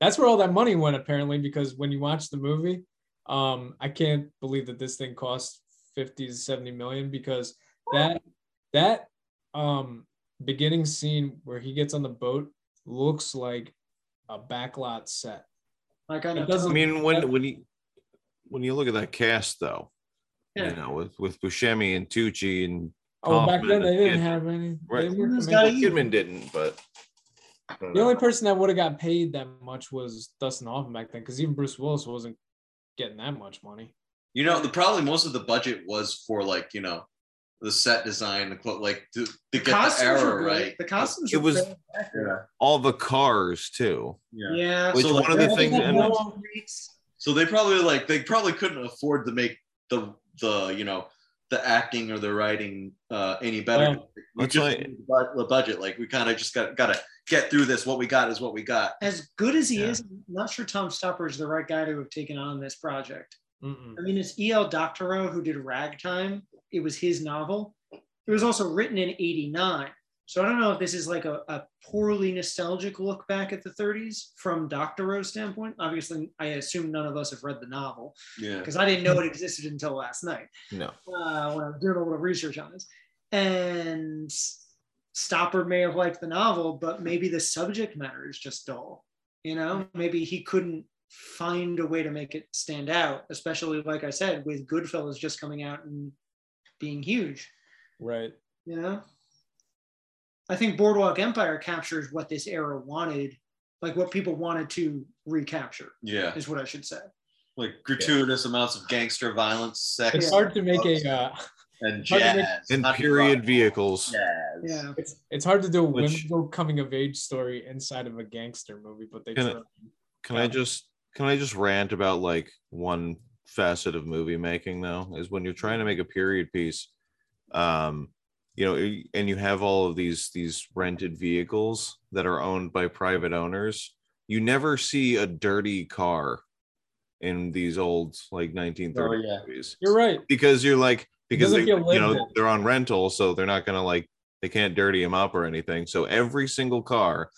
[SPEAKER 2] That's where all that money went apparently, because when you watch the movie, um, I can't believe that this thing cost 50 to 70 million because that that um beginning scene where he gets on the boat looks like a backlot set.
[SPEAKER 1] Like I
[SPEAKER 2] It
[SPEAKER 1] know.
[SPEAKER 2] doesn't-
[SPEAKER 4] I mean, when when you when you look at that cast, though,
[SPEAKER 1] Yeah.
[SPEAKER 4] you know, with with Buscemi and Tucci and
[SPEAKER 2] Oh, back then
[SPEAKER 4] Kaufman
[SPEAKER 2] they
[SPEAKER 4] and
[SPEAKER 2] didn't
[SPEAKER 4] Kidman.
[SPEAKER 2] have any.
[SPEAKER 4] Right.
[SPEAKER 2] they weren't
[SPEAKER 1] Someone's
[SPEAKER 2] familiar.
[SPEAKER 1] gotta eat.
[SPEAKER 4] Kidman didn't, but I don't
[SPEAKER 2] The
[SPEAKER 4] know.
[SPEAKER 2] only person that would have got paid that much was Dustin Hoffman back then, because even Bruce Willis wasn't getting that much money.
[SPEAKER 3] You know, the probably most of the budget was for like you know the set design, the quote, like to, to get the
[SPEAKER 1] costumes were
[SPEAKER 3] error
[SPEAKER 1] great.
[SPEAKER 3] right.
[SPEAKER 1] The costumes.
[SPEAKER 4] It
[SPEAKER 1] were
[SPEAKER 4] was-
[SPEAKER 1] fantastic.
[SPEAKER 4] all the cars too.
[SPEAKER 3] Yeah.
[SPEAKER 1] Yeah.
[SPEAKER 4] Which
[SPEAKER 3] So, like,
[SPEAKER 4] one of the
[SPEAKER 1] Yeah,
[SPEAKER 4] things?
[SPEAKER 1] they
[SPEAKER 2] that
[SPEAKER 1] had
[SPEAKER 4] And
[SPEAKER 2] no-
[SPEAKER 1] long breaks.
[SPEAKER 3] So they probably like they probably couldn't afford to make the the you know the acting or the writing uh, any better.
[SPEAKER 2] Um,
[SPEAKER 3] we
[SPEAKER 4] that's
[SPEAKER 3] just
[SPEAKER 4] why-
[SPEAKER 3] need the bu- the budget, like we kind of just got got to get through this. What we got is what we got.
[SPEAKER 1] As good as he
[SPEAKER 4] Yeah.
[SPEAKER 1] is, I'm not sure Tom Stopper is the right guy to have taken on this project.
[SPEAKER 2] Mm-mm.
[SPEAKER 1] I mean, it's E.L. Doctorow who did Ragtime. It was his novel. It was also written in 89. So I don't know if this is like a, a poorly nostalgic look back at the 30s from Doctorow's standpoint. Obviously, I assume none of us have read the novel
[SPEAKER 3] Yeah.
[SPEAKER 1] because I didn't know it existed until last night.
[SPEAKER 4] no,
[SPEAKER 1] uh, when I was doing a little research on this. And Stopper may have liked the novel, but maybe the subject matter is just dull. You know, maybe he couldn't find a way to make it stand out, especially like I said, with Goodfellas just coming out and being huge.
[SPEAKER 2] Right.
[SPEAKER 1] You know, I think Boardwalk Empire captures what this era wanted, like what people wanted to recapture,
[SPEAKER 3] Yeah.
[SPEAKER 1] is what I should say.
[SPEAKER 3] Like gratuitous amounts of gangster violence, sex,
[SPEAKER 2] It's hard to make a uh,
[SPEAKER 3] and
[SPEAKER 2] hard to
[SPEAKER 3] jazz.
[SPEAKER 2] make-
[SPEAKER 4] and
[SPEAKER 3] Not
[SPEAKER 4] period
[SPEAKER 3] jazz.
[SPEAKER 4] vehicles.
[SPEAKER 3] Jazz.
[SPEAKER 1] Yeah.
[SPEAKER 2] It's it's hard to do a
[SPEAKER 4] Which-
[SPEAKER 2] whimsical coming of age story inside of a gangster movie, but they
[SPEAKER 4] Can
[SPEAKER 2] try.
[SPEAKER 4] I- Can I just can I just rant about like one facet of movie making though is when you're trying to make a period piece, um, you know, and you have all of these these rented vehicles that are owned by private owners. You never see a dirty car in these old like 1930s
[SPEAKER 3] yeah.
[SPEAKER 4] movies
[SPEAKER 2] You're right.
[SPEAKER 4] because you're like because
[SPEAKER 2] doesn't
[SPEAKER 4] they, you
[SPEAKER 2] feel lived
[SPEAKER 4] know
[SPEAKER 2] in.
[SPEAKER 4] they're on rental, so they're not gonna like they can't dirty them up or anything. So every single car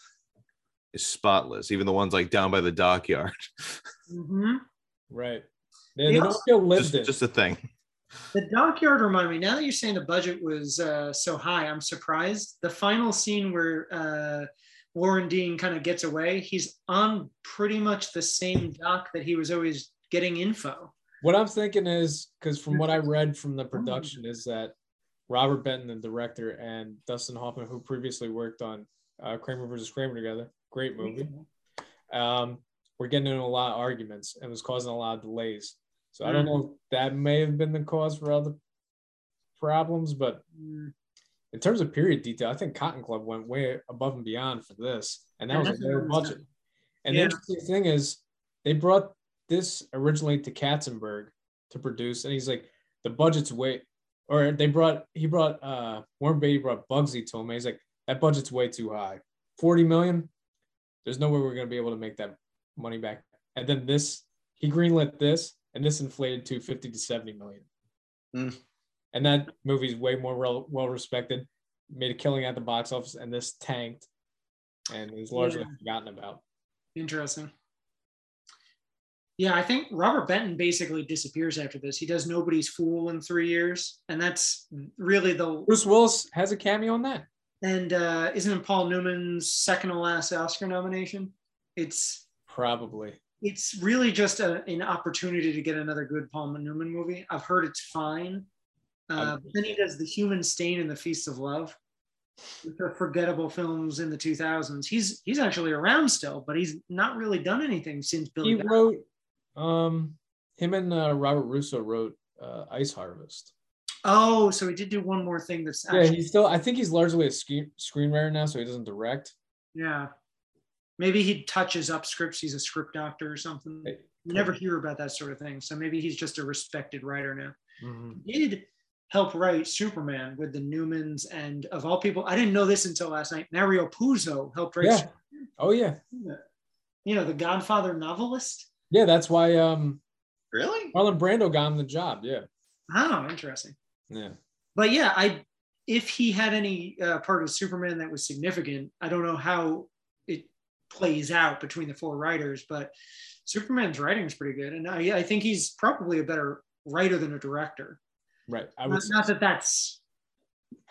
[SPEAKER 4] is spotless, even the ones like down by the dockyard.
[SPEAKER 1] Mhm.
[SPEAKER 2] Right. They, they
[SPEAKER 1] Yeah.
[SPEAKER 2] don't feel lived
[SPEAKER 4] just,
[SPEAKER 2] in.
[SPEAKER 4] just a thing.
[SPEAKER 1] The dockyard reminded me. Now that you're saying the budget was uh, so high, I'm surprised. The final scene where uh, Warren Dean kind of gets away, he's on pretty much the same dock that he was always getting info.
[SPEAKER 2] What I'm thinking is because from what I read from the production is that Robert Benton, the director, and Dustin Hoffman, who previously worked on uh, Kramer versus Kramer together, great
[SPEAKER 1] Mm-hmm.
[SPEAKER 2] movie. Um, we're getting into a lot of arguments and was causing a lot of delays. So I don't know if that may have been the cause for other problems, but
[SPEAKER 1] Mm,
[SPEAKER 2] in terms of period detail, I think Cotton Club went way above and beyond for this, and that
[SPEAKER 1] And
[SPEAKER 2] was a
[SPEAKER 1] that's
[SPEAKER 2] lower
[SPEAKER 1] another
[SPEAKER 2] budget. And
[SPEAKER 1] Yeah.
[SPEAKER 2] the interesting thing is, they brought this originally to Katzenberg to produce, and he's like, the budget's way, or they brought he brought uh Warren Beatty brought Bugsy to him, and he's like, that budget's way too high, forty million. There's no way we're gonna be able to make that money back. And then this, he greenlit this, and this inflated to fifty to seventy million.
[SPEAKER 3] Mm.
[SPEAKER 2] And that movie's way more well well respected, made a killing at the box office, and this tanked, and is largely forgotten about.
[SPEAKER 1] Interesting. Yeah, I think Robert Benton basically disappears after this. He does Nobody's Fool in three years, and that's really the
[SPEAKER 2] Bruce Willis has a cameo in that.
[SPEAKER 1] and uh, isn't it Paul Newman's second to last Oscar nomination? It's
[SPEAKER 2] Probably.
[SPEAKER 1] it's really just a, an opportunity to get another good Paul Newman movie. I've heard it's fine. Uh,
[SPEAKER 2] Um,
[SPEAKER 1] but then he does The Human Stain and The Feast of Love, which are forgettable films in the 2000s. He's he's actually around still, but he's not really done anything since Billy.
[SPEAKER 2] He
[SPEAKER 1] Bat-
[SPEAKER 2] wrote, um, him and uh, Robert Russo wrote uh, Ice Harvest.
[SPEAKER 1] oh, so he did do one more thing that's
[SPEAKER 2] Yeah,
[SPEAKER 1] actually,
[SPEAKER 2] he's still. I think he's largely a screen screenwriter now, so he doesn't direct.
[SPEAKER 1] yeah. Maybe he touches up scripts. He's a script doctor or something.
[SPEAKER 2] Hey,
[SPEAKER 1] You never hear about that sort of thing. So maybe he's just a respected writer now.
[SPEAKER 2] Mhm.
[SPEAKER 1] did help write Superman with the Newmans and of all people, I didn't know this until last night. Mario Puzo helped write,
[SPEAKER 2] Yeah. Oh yeah,
[SPEAKER 1] Superman. you know, the Godfather novelist.
[SPEAKER 2] yeah. That's why um,
[SPEAKER 3] Really?
[SPEAKER 2] Marlon Brando got him the job. Yeah,
[SPEAKER 1] Oh, interesting.
[SPEAKER 2] yeah.
[SPEAKER 1] But yeah, I if he had any uh, part of Superman that was significant, I don't know how it plays out between the four writers, but Superman's writing is pretty good, and I, I think he's probably a better writer than a director.
[SPEAKER 2] Right. I
[SPEAKER 1] Not,
[SPEAKER 2] was.
[SPEAKER 1] not that that's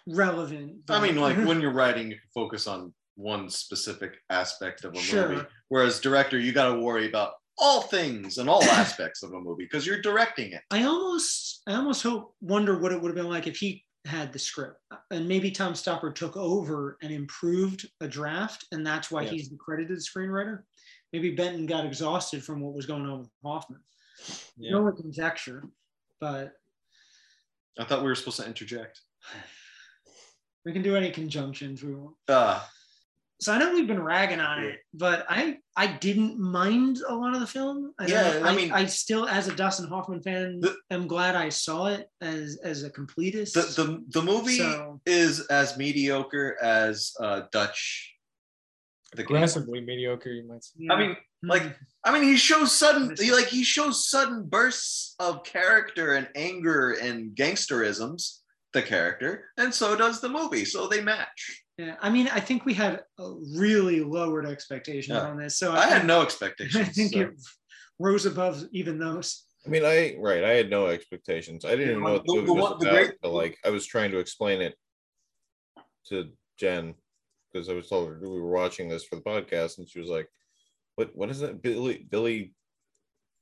[SPEAKER 1] relevant.
[SPEAKER 3] I
[SPEAKER 1] but-
[SPEAKER 3] mean, like when you're writing, you can focus on one specific aspect of a
[SPEAKER 1] Sure.
[SPEAKER 3] movie. Whereas director, you got to worry about all things and all aspects of a movie because you're directing it.
[SPEAKER 1] I almost I almost hope wonder what it would have been like if he had the script and maybe Tom Stoppard took over and improved a draft and that's why
[SPEAKER 2] Yeah.
[SPEAKER 1] he's the credited screenwriter. Maybe Benton got exhausted from what was going on with Hoffman.
[SPEAKER 2] Yeah.
[SPEAKER 1] No one comes extra, but
[SPEAKER 3] I thought we were supposed to interject.
[SPEAKER 1] we can do any conjunctions we want.
[SPEAKER 3] Uh,
[SPEAKER 1] So I know we've been ragging on it, but I I didn't mind a lot of the film. I don't
[SPEAKER 3] Yeah,
[SPEAKER 1] know.
[SPEAKER 3] I mean-
[SPEAKER 1] I still as a Dustin Hoffman fan,
[SPEAKER 3] The-
[SPEAKER 1] am glad I saw it as as a completist.
[SPEAKER 3] the, the, the movie
[SPEAKER 1] so
[SPEAKER 3] is as mediocre as uh, Dutch. The Game.
[SPEAKER 2] Aggressively mediocre, you might say.
[SPEAKER 1] yeah.
[SPEAKER 3] I mean,
[SPEAKER 1] Mm,
[SPEAKER 3] like I mean, he shows sudden, he, like he shows sudden bursts of character and anger and gangsterisms. The character, and so does the movie. So they match.
[SPEAKER 1] Yeah, I mean, I think we had a really lowered expectations
[SPEAKER 3] Yeah.
[SPEAKER 1] on this, so
[SPEAKER 3] I had no
[SPEAKER 1] I
[SPEAKER 3] expectations.
[SPEAKER 1] think
[SPEAKER 3] so.
[SPEAKER 1] it rose above even those.
[SPEAKER 4] I mean, I right. I had no expectations. I didn't even know what the,
[SPEAKER 3] The-
[SPEAKER 4] movie
[SPEAKER 3] the
[SPEAKER 4] was
[SPEAKER 3] one- the
[SPEAKER 4] about.
[SPEAKER 3] great-
[SPEAKER 4] but like, I was trying to explain it to Jen because I was told her we were watching this for the podcast, and she was like, "What? What is that? Billy? Billy?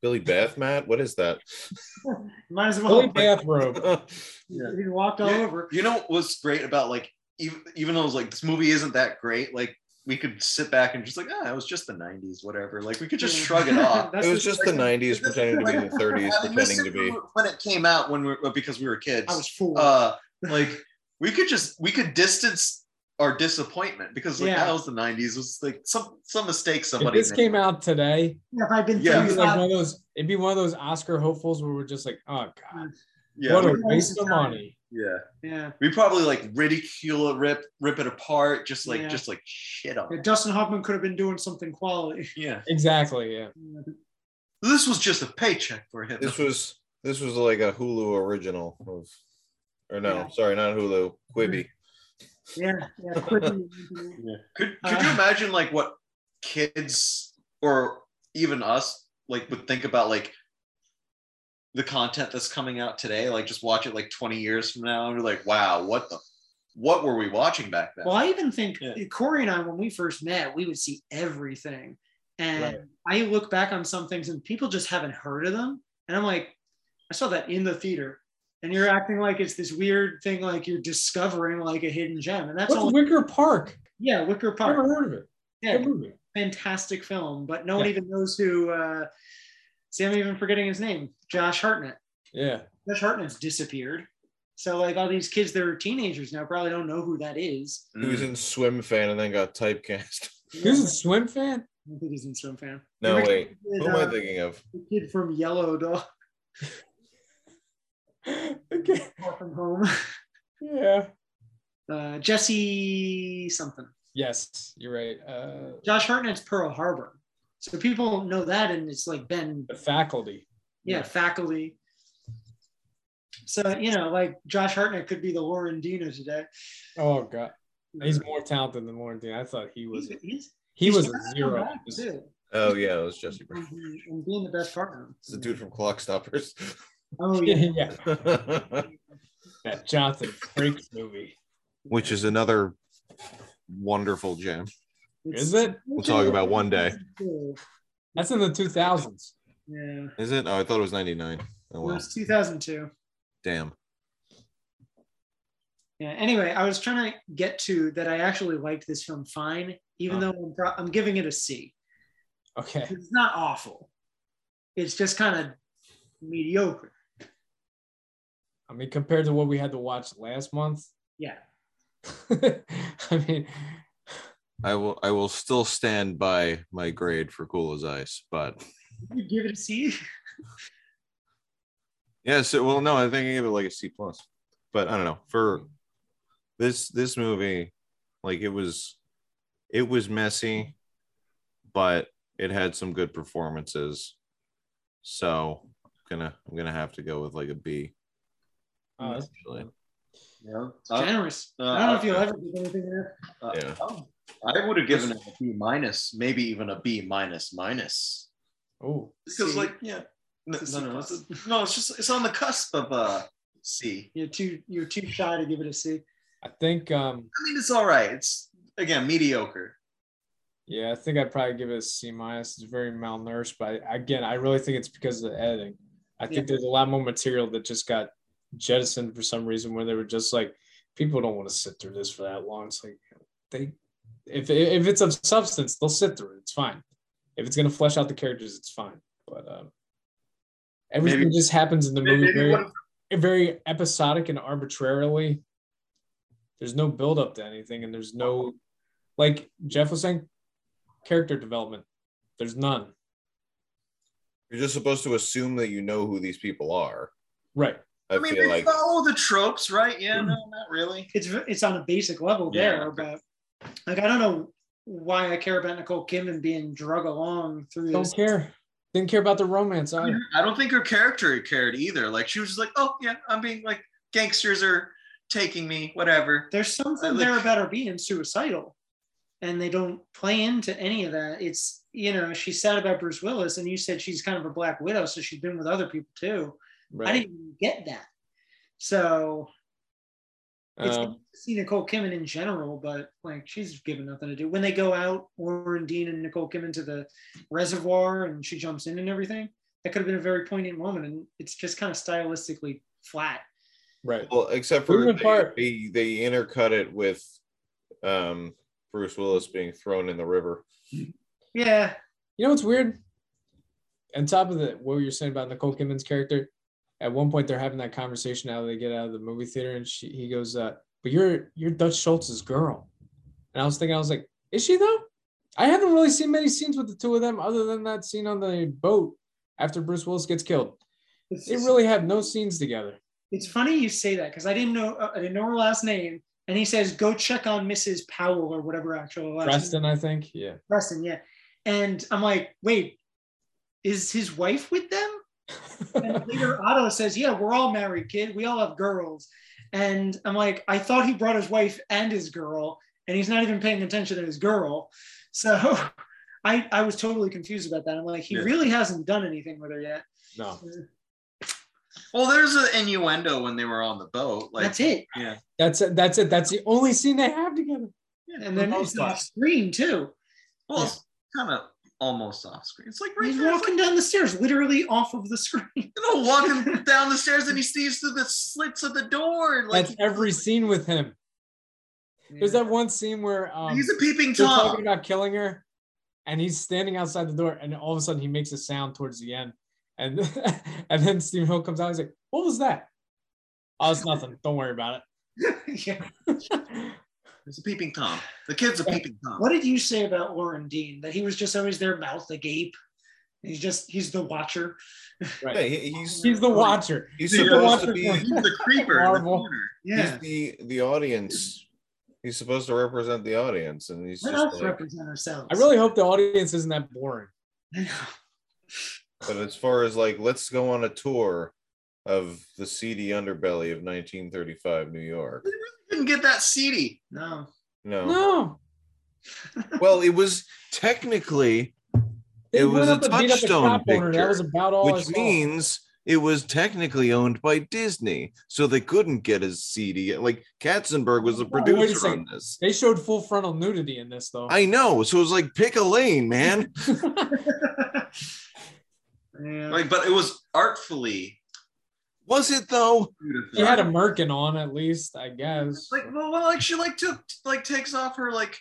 [SPEAKER 4] Billy Bath Mat? What is that?"
[SPEAKER 1] Might as well.
[SPEAKER 2] Billy bathrobe.
[SPEAKER 3] Yeah.
[SPEAKER 1] He walked all
[SPEAKER 3] Yeah.
[SPEAKER 1] over.
[SPEAKER 3] You know what was great about like even even though it was like this movie isn't that great, like we could sit back and just like ah, it was just the '90s, whatever. Like we could just
[SPEAKER 1] Yeah.
[SPEAKER 3] shrug it off.
[SPEAKER 1] That's
[SPEAKER 4] it was just the '90s pretending to be the '30s,
[SPEAKER 3] I mean, this
[SPEAKER 4] pretending to be.
[SPEAKER 3] is when it came out when we were, because we were kids.
[SPEAKER 1] I was fooled.
[SPEAKER 3] uh, like we could just we could distance our disappointment because like
[SPEAKER 1] Yeah.
[SPEAKER 3] that was the '90s. It was like some some mistake
[SPEAKER 2] If
[SPEAKER 3] somebody
[SPEAKER 2] this
[SPEAKER 3] made.
[SPEAKER 2] came out today,
[SPEAKER 1] if I'd been
[SPEAKER 3] yeah.
[SPEAKER 2] it'd be like one
[SPEAKER 1] thinking
[SPEAKER 2] of those. It'd be one of those Oscar hopefuls where we're just like, oh god,
[SPEAKER 3] yeah,
[SPEAKER 2] what
[SPEAKER 3] we,
[SPEAKER 2] a waste of money.
[SPEAKER 3] yeah.
[SPEAKER 1] yeah.
[SPEAKER 3] We probably like ridicule it, rip rip it apart, just like
[SPEAKER 1] Yeah.
[SPEAKER 3] just like shit on.
[SPEAKER 1] yeah,
[SPEAKER 3] it.
[SPEAKER 1] Dustin Hoffman could have been doing something quality.
[SPEAKER 3] Yeah,
[SPEAKER 2] Exactly. Yeah.
[SPEAKER 3] this was just a paycheck for him.
[SPEAKER 4] This was this was like a Hulu original of, or no,
[SPEAKER 1] Yeah.
[SPEAKER 4] sorry, not Hulu, Quibi.
[SPEAKER 1] Yeah, yeah. quickly.
[SPEAKER 3] Could could you
[SPEAKER 1] Uh,
[SPEAKER 3] imagine like what kids or even us like would think about like the content that's coming out today? Like just watch it like 20 years from now and be like, wow, what the what were we watching back then?
[SPEAKER 1] Well, I even think
[SPEAKER 2] Yeah.
[SPEAKER 1] Corey and I, when we first met, we would see everything. And I look back on some things and people just haven't heard of them. And I'm like, I saw that in the theater. And you're acting like it's this weird thing, like you're discovering like a hidden gem. And that's all.
[SPEAKER 2] What's Wicker Park?
[SPEAKER 1] yeah, Wicker
[SPEAKER 2] Never
[SPEAKER 1] Park.
[SPEAKER 2] heard of it.
[SPEAKER 1] Yeah,
[SPEAKER 2] Good movie.
[SPEAKER 1] fantastic film, but no one
[SPEAKER 2] Yeah.
[SPEAKER 1] even knows who. Uh, see, I'm even forgetting his name. Josh Hartnett.
[SPEAKER 2] Yeah.
[SPEAKER 1] Josh Hartnett's disappeared. So like all these kids that are teenagers now probably don't know who that is.
[SPEAKER 4] He
[SPEAKER 3] Mm.
[SPEAKER 4] was in swim fan and then got typecast.
[SPEAKER 2] He was a swim fan.
[SPEAKER 1] I don't think he's in swim fan.
[SPEAKER 4] No,
[SPEAKER 1] Remember
[SPEAKER 4] wait.
[SPEAKER 1] the kid,
[SPEAKER 4] Who am I
[SPEAKER 1] uh,
[SPEAKER 4] thinking of?
[SPEAKER 1] the kid from Yellow Dog
[SPEAKER 2] okay.
[SPEAKER 1] Far from Home?
[SPEAKER 2] Yeah.
[SPEAKER 1] Uh, Jesse something.
[SPEAKER 2] Yes, you're right. Uh,
[SPEAKER 1] Josh Hartnett's Pearl Harbor. So people know that, and it's like been
[SPEAKER 2] the faculty.
[SPEAKER 1] yeah, faculty. So you know, like Josh Hartnett could be the Lauren Dino today.
[SPEAKER 2] Oh god, he's more talented than Warren Dean. I thought he was.
[SPEAKER 1] He's- he's-
[SPEAKER 2] He
[SPEAKER 1] he's
[SPEAKER 2] was a
[SPEAKER 1] trying to come
[SPEAKER 2] zero.
[SPEAKER 1] back, too,
[SPEAKER 4] Oh yeah, it was Jesse. Brown.
[SPEAKER 1] And and being the best partner.
[SPEAKER 4] It's the dude from Clock Stoppers.
[SPEAKER 1] Oh yeah.
[SPEAKER 2] yeah, that Jonathan Frakes movie.
[SPEAKER 4] Which is another wonderful gem.
[SPEAKER 1] It's-
[SPEAKER 2] Is it?
[SPEAKER 4] We'll talk about one day.
[SPEAKER 2] That's in the 2000s.
[SPEAKER 1] Yeah.
[SPEAKER 4] Is it? Oh, I thought it was 99. Oh
[SPEAKER 1] It
[SPEAKER 4] well.
[SPEAKER 1] was 2002.
[SPEAKER 4] Damn.
[SPEAKER 1] Yeah. Anyway, I was trying to get to that. I actually liked this film fine, even
[SPEAKER 4] Huh.
[SPEAKER 1] though I'm, pro- I'm giving it a C.
[SPEAKER 2] Okay.
[SPEAKER 1] It's not awful. It's just kind of mediocre.
[SPEAKER 2] I mean, compared to what we had to watch last month.
[SPEAKER 1] Yeah.
[SPEAKER 2] I mean,
[SPEAKER 4] I will I will still stand by my grade for Cool as Ice, but
[SPEAKER 1] You give it a C.
[SPEAKER 4] yeah, so well no, I think I gave it like a C plus. But I don't know. For this this movie, like it was it was messy, but it had some good performances. So I'm gonna I'm gonna have to go with like a B.
[SPEAKER 2] oh, that's-
[SPEAKER 4] actually.
[SPEAKER 3] yeah.
[SPEAKER 1] It's
[SPEAKER 3] Uh,
[SPEAKER 1] generous.
[SPEAKER 3] uh,
[SPEAKER 1] I don't know if you'll
[SPEAKER 3] uh,
[SPEAKER 1] ever give anything there.
[SPEAKER 3] uh,
[SPEAKER 4] Yeah.
[SPEAKER 3] oh, I would have given it a B minus, maybe even a B minus minus.
[SPEAKER 2] oh,
[SPEAKER 3] Because
[SPEAKER 1] C.
[SPEAKER 3] like yeah, no,
[SPEAKER 1] It's
[SPEAKER 3] no,
[SPEAKER 1] a
[SPEAKER 3] no, it's,
[SPEAKER 1] C
[SPEAKER 3] no, it's just it's on the cusp of uh C.
[SPEAKER 1] You're too you're too shy to give it a C.
[SPEAKER 2] I think. Um,
[SPEAKER 3] I mean, it's all right. It's again mediocre.
[SPEAKER 2] yeah, I think I'd probably give it a C minus. It's very malnourished, but I, again, I really think it's because of the editing. I think
[SPEAKER 1] Yeah.
[SPEAKER 2] there's a lot more material that just got jettisoned for some reason, where they were just like, people don't want to sit through this for that long. It's like they, if if it's of substance, they'll sit through it. It's fine. If it's gonna flesh out the characters, it's fine. But um, everything
[SPEAKER 3] Maybe-
[SPEAKER 2] just happens in the movie.
[SPEAKER 3] Maybe
[SPEAKER 2] very-
[SPEAKER 3] what-
[SPEAKER 2] very episodic and arbitrarily. There's no build up to anything, and there's no, like Jeff was saying, character development. There's none.
[SPEAKER 4] You're just supposed to assume that you know who these people are.
[SPEAKER 2] Right.
[SPEAKER 4] I,
[SPEAKER 3] I mean,
[SPEAKER 4] feel
[SPEAKER 3] they
[SPEAKER 4] like
[SPEAKER 3] follow the tropes, right? Yeah, no, not really.
[SPEAKER 1] It's it's on a basic level
[SPEAKER 4] Yeah.
[SPEAKER 1] there, but like I don't know why I care about Nicole Kidman being drug along through
[SPEAKER 2] Don't
[SPEAKER 1] this.
[SPEAKER 2] care. Didn't care about the romance
[SPEAKER 3] I,
[SPEAKER 2] either.
[SPEAKER 3] mean, I don't think her character cared either. Like she was just like, oh yeah, I'm being like gangsters are taking me, whatever.
[SPEAKER 1] There's something
[SPEAKER 3] I like-
[SPEAKER 1] there about her being suicidal, and they don't play into any of that. It's you know she said about Bruce Willis, and you said she's kind of a black widow, so she's been with other people too. I
[SPEAKER 2] Right.
[SPEAKER 1] didn't even get that. So it's
[SPEAKER 2] Um,
[SPEAKER 1] good to see Nicole Kidman in general, but like she's given nothing to do. When they go out, Warren Dean and Nicole Kidman to the reservoir, and she jumps in and everything. That could have been a very poignant moment, and it's just kind of stylistically flat.
[SPEAKER 2] right.
[SPEAKER 4] Well, except
[SPEAKER 2] Who's
[SPEAKER 4] for
[SPEAKER 2] in
[SPEAKER 4] they,
[SPEAKER 2] part?
[SPEAKER 4] they, they intercut it with um, Bruce Willis being thrown in the river.
[SPEAKER 1] Yeah,
[SPEAKER 2] You know what's weird? On top of the what you're saying about Nicole Kidman's character, at one point they're having that conversation how they get out of the movie theater, and she he goes, uh, "But you're you're Dutch Schultz's girl," and I was thinking, I was like, "Is she though?" I haven't really seen many scenes with the two of them other than that scene on the boat after Bruce Willis gets killed.
[SPEAKER 1] It's-
[SPEAKER 2] They really have no scenes together.
[SPEAKER 1] It's funny you say that because I didn't know uh, I didn't know her last name, and he says go check on Mrs. Powell or whatever actual last
[SPEAKER 2] Preston, I think, yeah.
[SPEAKER 1] name. Preston, yeah. And I'm like, wait, is his wife with them? And later Otto says, yeah, we're all married, kid. We all have girls. And I'm like, I thought he brought his wife and his girl, and he's not even paying attention to his girl. So. I, I was totally confused about that. I'm like, he
[SPEAKER 3] Yeah.
[SPEAKER 1] really hasn't done anything with her yet.
[SPEAKER 2] no,
[SPEAKER 3] Well, there's an innuendo when they were on the boat. Like
[SPEAKER 1] That's it.
[SPEAKER 2] That's it. That's it. That's the only scene they have together.
[SPEAKER 1] And then
[SPEAKER 5] Remote
[SPEAKER 1] he's off
[SPEAKER 5] stuff.
[SPEAKER 1] screen too.
[SPEAKER 3] Well, it's kind of almost off screen. It's like right
[SPEAKER 1] He's
[SPEAKER 3] there. It's
[SPEAKER 1] walking down the stairs, literally off of the screen.
[SPEAKER 3] like, you know, walking down the stairs and he sees through the slits of the door. and, Like
[SPEAKER 2] That's every scene with him. There's that one scene where um,
[SPEAKER 3] he's a peeping
[SPEAKER 2] they're
[SPEAKER 3] tom.
[SPEAKER 2] talking about killing her, and he's standing outside the door, and all of a sudden he makes a sound towards the end, and and then Stephen Hill comes out. He's like, "What was that?" Oh, it's nothing. Don't worry about
[SPEAKER 1] yeah.
[SPEAKER 2] it.
[SPEAKER 3] He's a peeping tom. The kid's a peeping tom.
[SPEAKER 1] What did you say about Warren Dean? That he was just always there, mouth agape. He's just he's the watcher.
[SPEAKER 4] Yeah, he- he's
[SPEAKER 2] He's the Watcher.
[SPEAKER 4] he's
[SPEAKER 3] He's the
[SPEAKER 4] supposed
[SPEAKER 2] watcher
[SPEAKER 4] to be
[SPEAKER 2] for-
[SPEAKER 3] He's
[SPEAKER 4] he's
[SPEAKER 3] the creeper in the
[SPEAKER 2] Marvel.
[SPEAKER 3] corner.
[SPEAKER 1] Yeah.
[SPEAKER 4] the the audience. He's supposed to represent the audience, and he's
[SPEAKER 1] Let
[SPEAKER 4] just
[SPEAKER 1] us
[SPEAKER 4] like-
[SPEAKER 1] represent ourselves.
[SPEAKER 2] I really hope the audience isn't that boring.
[SPEAKER 4] But as far as like, let's go on a tour of the seedy underbelly of 1935 New York.
[SPEAKER 3] Didn't get that seedy.
[SPEAKER 1] no.
[SPEAKER 4] No.
[SPEAKER 2] No,
[SPEAKER 4] Well, it was technically,
[SPEAKER 2] They
[SPEAKER 4] It
[SPEAKER 2] went
[SPEAKER 4] was a
[SPEAKER 2] up and beat up
[SPEAKER 4] Touchstone
[SPEAKER 2] cop owner. That
[SPEAKER 4] picture,
[SPEAKER 2] was about all. I
[SPEAKER 4] which
[SPEAKER 2] saw.
[SPEAKER 4] means it was technically owned by Disney, so they couldn't get as seedy. Like Katzenberg was the
[SPEAKER 2] Oh, wait a
[SPEAKER 4] producer
[SPEAKER 2] second.
[SPEAKER 4] on this.
[SPEAKER 2] they showed full frontal nudity in this though.
[SPEAKER 4] I know. So it was like pick a lane, man.
[SPEAKER 1] Yeah.
[SPEAKER 3] Like, but it was artfully
[SPEAKER 4] Was it though?
[SPEAKER 3] beautiful.
[SPEAKER 2] she had a merkin on at least, I guess.
[SPEAKER 3] like well, well like she like took like takes off her like